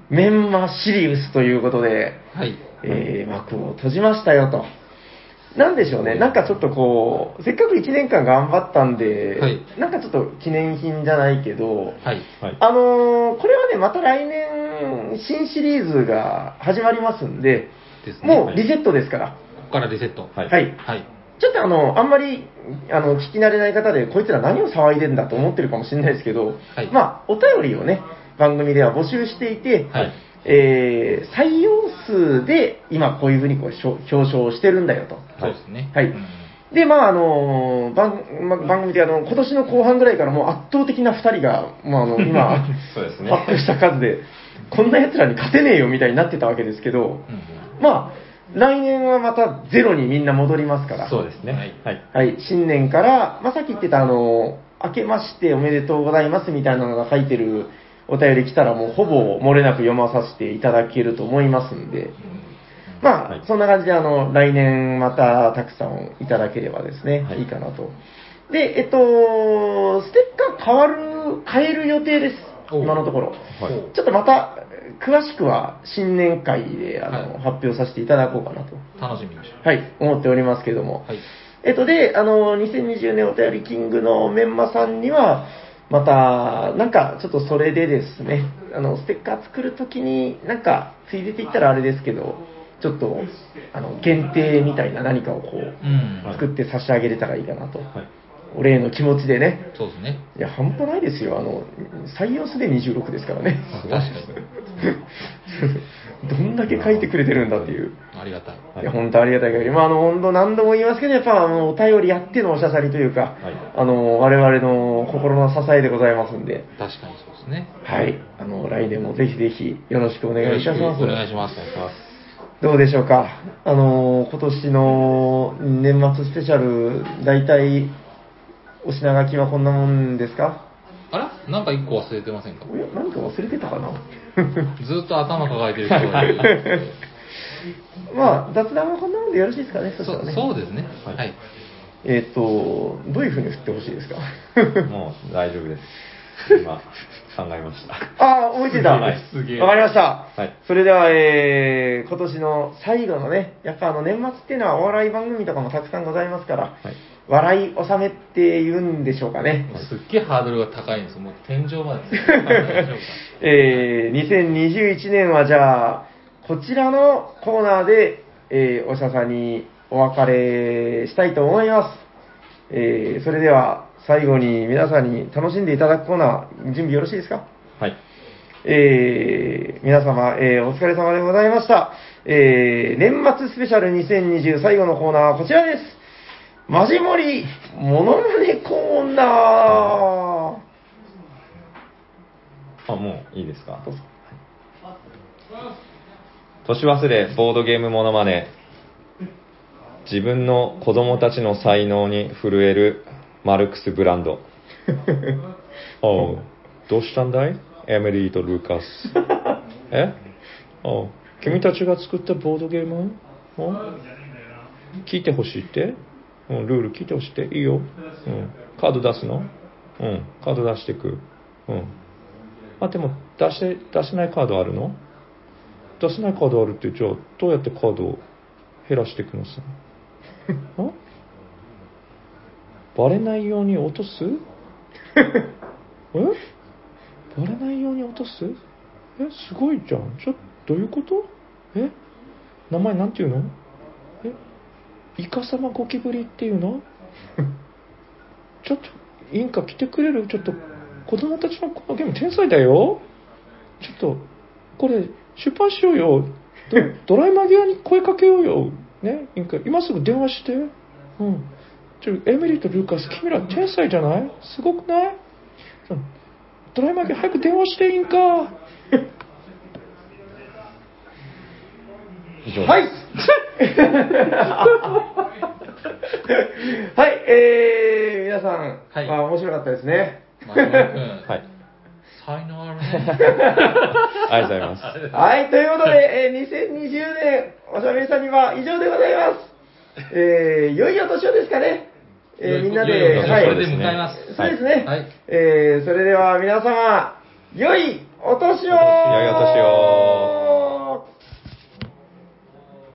Speaker 3: メンマシリウスということで、
Speaker 1: はい。
Speaker 3: えー幕を閉じましたよと。なんでしょうね、なんかちょっとこう、せっかく1年間頑張ったんで、
Speaker 1: はい
Speaker 3: なんかちょっと記念品じゃないけど、
Speaker 1: はい。
Speaker 2: はい。
Speaker 3: あのーこれはね、また来年、新シリーズが始まりますんで、
Speaker 1: ですね。
Speaker 3: もう
Speaker 1: こ
Speaker 3: リセットですから。
Speaker 1: こからリセット。
Speaker 2: はい
Speaker 3: はい
Speaker 1: はい。
Speaker 3: ちょっとあの、あんまり、あの、聞き慣れない方で、こいつら何を騒いでんだと思ってるかもしれないですけど、
Speaker 1: はい
Speaker 3: まあ、お便りをね、番組では募集していて、
Speaker 1: はい
Speaker 3: えー採用数で、今こういうふうにこうしょ表彰をしてるんだよと。
Speaker 1: そうですね。
Speaker 3: はい
Speaker 1: うん
Speaker 3: で、まあ、あの、番、ま番組であの、今年の後半ぐらいからもう圧倒的な2人が、まあ、あの、今、
Speaker 2: そうですね
Speaker 3: 発表した数で、こんな奴らに勝てねえよみたいになってたわけですけど、
Speaker 1: うん
Speaker 3: まあ、来年はまたゼロにみんな戻りますから。
Speaker 2: そうですね。
Speaker 1: はい
Speaker 2: はい。
Speaker 3: はい、新年から、まあ、さっき言ってた、あの、明けましておめでとうございますみたいなのが書いてるお便り来たら、もうほぼ漏れなく読まさせていただけると思いますんで、まあ、
Speaker 2: はい
Speaker 3: そんな感じで、あの、来年またたくさんいただければですね、
Speaker 2: はい
Speaker 3: い、いかなと。で、えっと、ステッカー変わる、変える予定です、
Speaker 1: おう
Speaker 3: 今のところ。
Speaker 2: はい
Speaker 3: ちょっとまた、詳しくは新年会であの、
Speaker 1: はい
Speaker 3: 発表させていただこうかなと、
Speaker 1: 楽しみにしま
Speaker 3: はい、思っておりますけども。
Speaker 1: はい。
Speaker 3: えっと、で、あの、2020年お便りキングのメンマさんには、また、なんか、ちょっとそれでですね、あの、ステッカー作るときに、なんか、ついでって言ったらあれですけど、ちょっと、あの、限定みたいな何かをこう、
Speaker 1: うん。
Speaker 3: 作って差し上げれたらいいかなと
Speaker 2: はい。
Speaker 3: お礼の気持ちでね。
Speaker 1: そうですね。
Speaker 3: いや、半端ないですよ。あの、採用すで26ですからね。
Speaker 1: 確かに。
Speaker 3: どんだけ書いてくれてるんだっていう。
Speaker 1: ありがたい。
Speaker 2: はい
Speaker 3: いや、本当ありがたい限り。まあ、あの、本当何度も言いますけど、やっぱ、あの、お便りやってのおしゃさりというか、
Speaker 2: はい
Speaker 3: あの、我々の心の支えでございますんで、
Speaker 1: 確かにそうですね。
Speaker 3: はい。あの、来年もぜひぜひよろしくお願いいたし
Speaker 1: よろ
Speaker 3: ま
Speaker 1: し
Speaker 3: す。
Speaker 1: くお願いします。
Speaker 3: どうでしょうか。あの、今年の年末スペシャル、大体、お品書きはこんなもんですか
Speaker 1: あらなんか一個忘れてませんか
Speaker 3: おや、何か忘れてたかな
Speaker 1: ずっと頭抱えてる人がい る。
Speaker 3: まあ、雑談はこんなもんでよろしいですかね、そ
Speaker 1: そ
Speaker 3: したらね。
Speaker 1: そうですね。は。
Speaker 2: はいい
Speaker 3: えっ、と、どういうふうに振ってほしいですか
Speaker 2: もう大丈夫です。今、考えました。
Speaker 3: ああ、覚えてた。わか
Speaker 2: はい
Speaker 1: すげ
Speaker 3: り
Speaker 1: え
Speaker 3: ました。
Speaker 2: はい
Speaker 3: それでは、えー、今年の最後のね、やっぱあの年末っていうのはお笑い番組とかもたくさんございますから、
Speaker 2: はい。
Speaker 3: 笑い納めって言うんでしょうかね。
Speaker 1: すっげえハードルが高いんです。もう天井 までです。大丈夫か
Speaker 3: えー、2021年はじゃあ、こちらのコーナーで、えー、お医者さんにお別れしたいと思います。えー、それでは最後に皆さんに楽しんでいただくコーナー、準備よろしいですか
Speaker 2: はい。
Speaker 3: えー皆様、えーお疲れ様でございました。えー年末スペシャル2020最後のコーナーはこちらです。マジモリモノマネコーナ
Speaker 2: あ、もういいですか
Speaker 3: ー。どうぞ
Speaker 2: 年忘れボードゲームモノマネ自分の子供たちの才能に震えるマルクス・ブラ ンドおうどうしたんだいエミリーとルーカ スえおう君たちが作ったボードゲームお聞いてほしいって、うん、ルール聞いてほしいっていいよ、うん、カード出すのうんカード出してくうんあでも出して出せないカードあるの出せないカードあるってじゃあどうやってカードを減らしていく のさんバレないように落と すえバレないように落とすえすごいじゃんちょどういうことえ名前なんていうのえイカサマゴキブリっていうの ちょっとインカ来てくれるちょっと子供たちのこのゲーム天才だよちょっと、これ、出版しようよ。ド ドライマー際に声かけようよ。ね、インカ今すぐ電話して。うん。ちょ、エミリーとルーカス、君ら天才じゃないすごくないうんドライマー際早く電話して、インカ。以 上
Speaker 3: はいはい、えー皆さん、
Speaker 1: はい
Speaker 3: まあ面白かったですね。
Speaker 1: マジモリ君
Speaker 2: はい。
Speaker 1: 才能ある ね。
Speaker 2: ありがとうございます。
Speaker 3: はい、ということで、えー2020年、おしゃべりさんには以上でございます。えー、良いお年をですかね。えーみんなで、
Speaker 1: 良いお年を
Speaker 3: はい
Speaker 1: それで迎えます。
Speaker 3: そうですね。
Speaker 1: はい
Speaker 3: えーそれでは皆様、良いお年を
Speaker 2: 良いお年を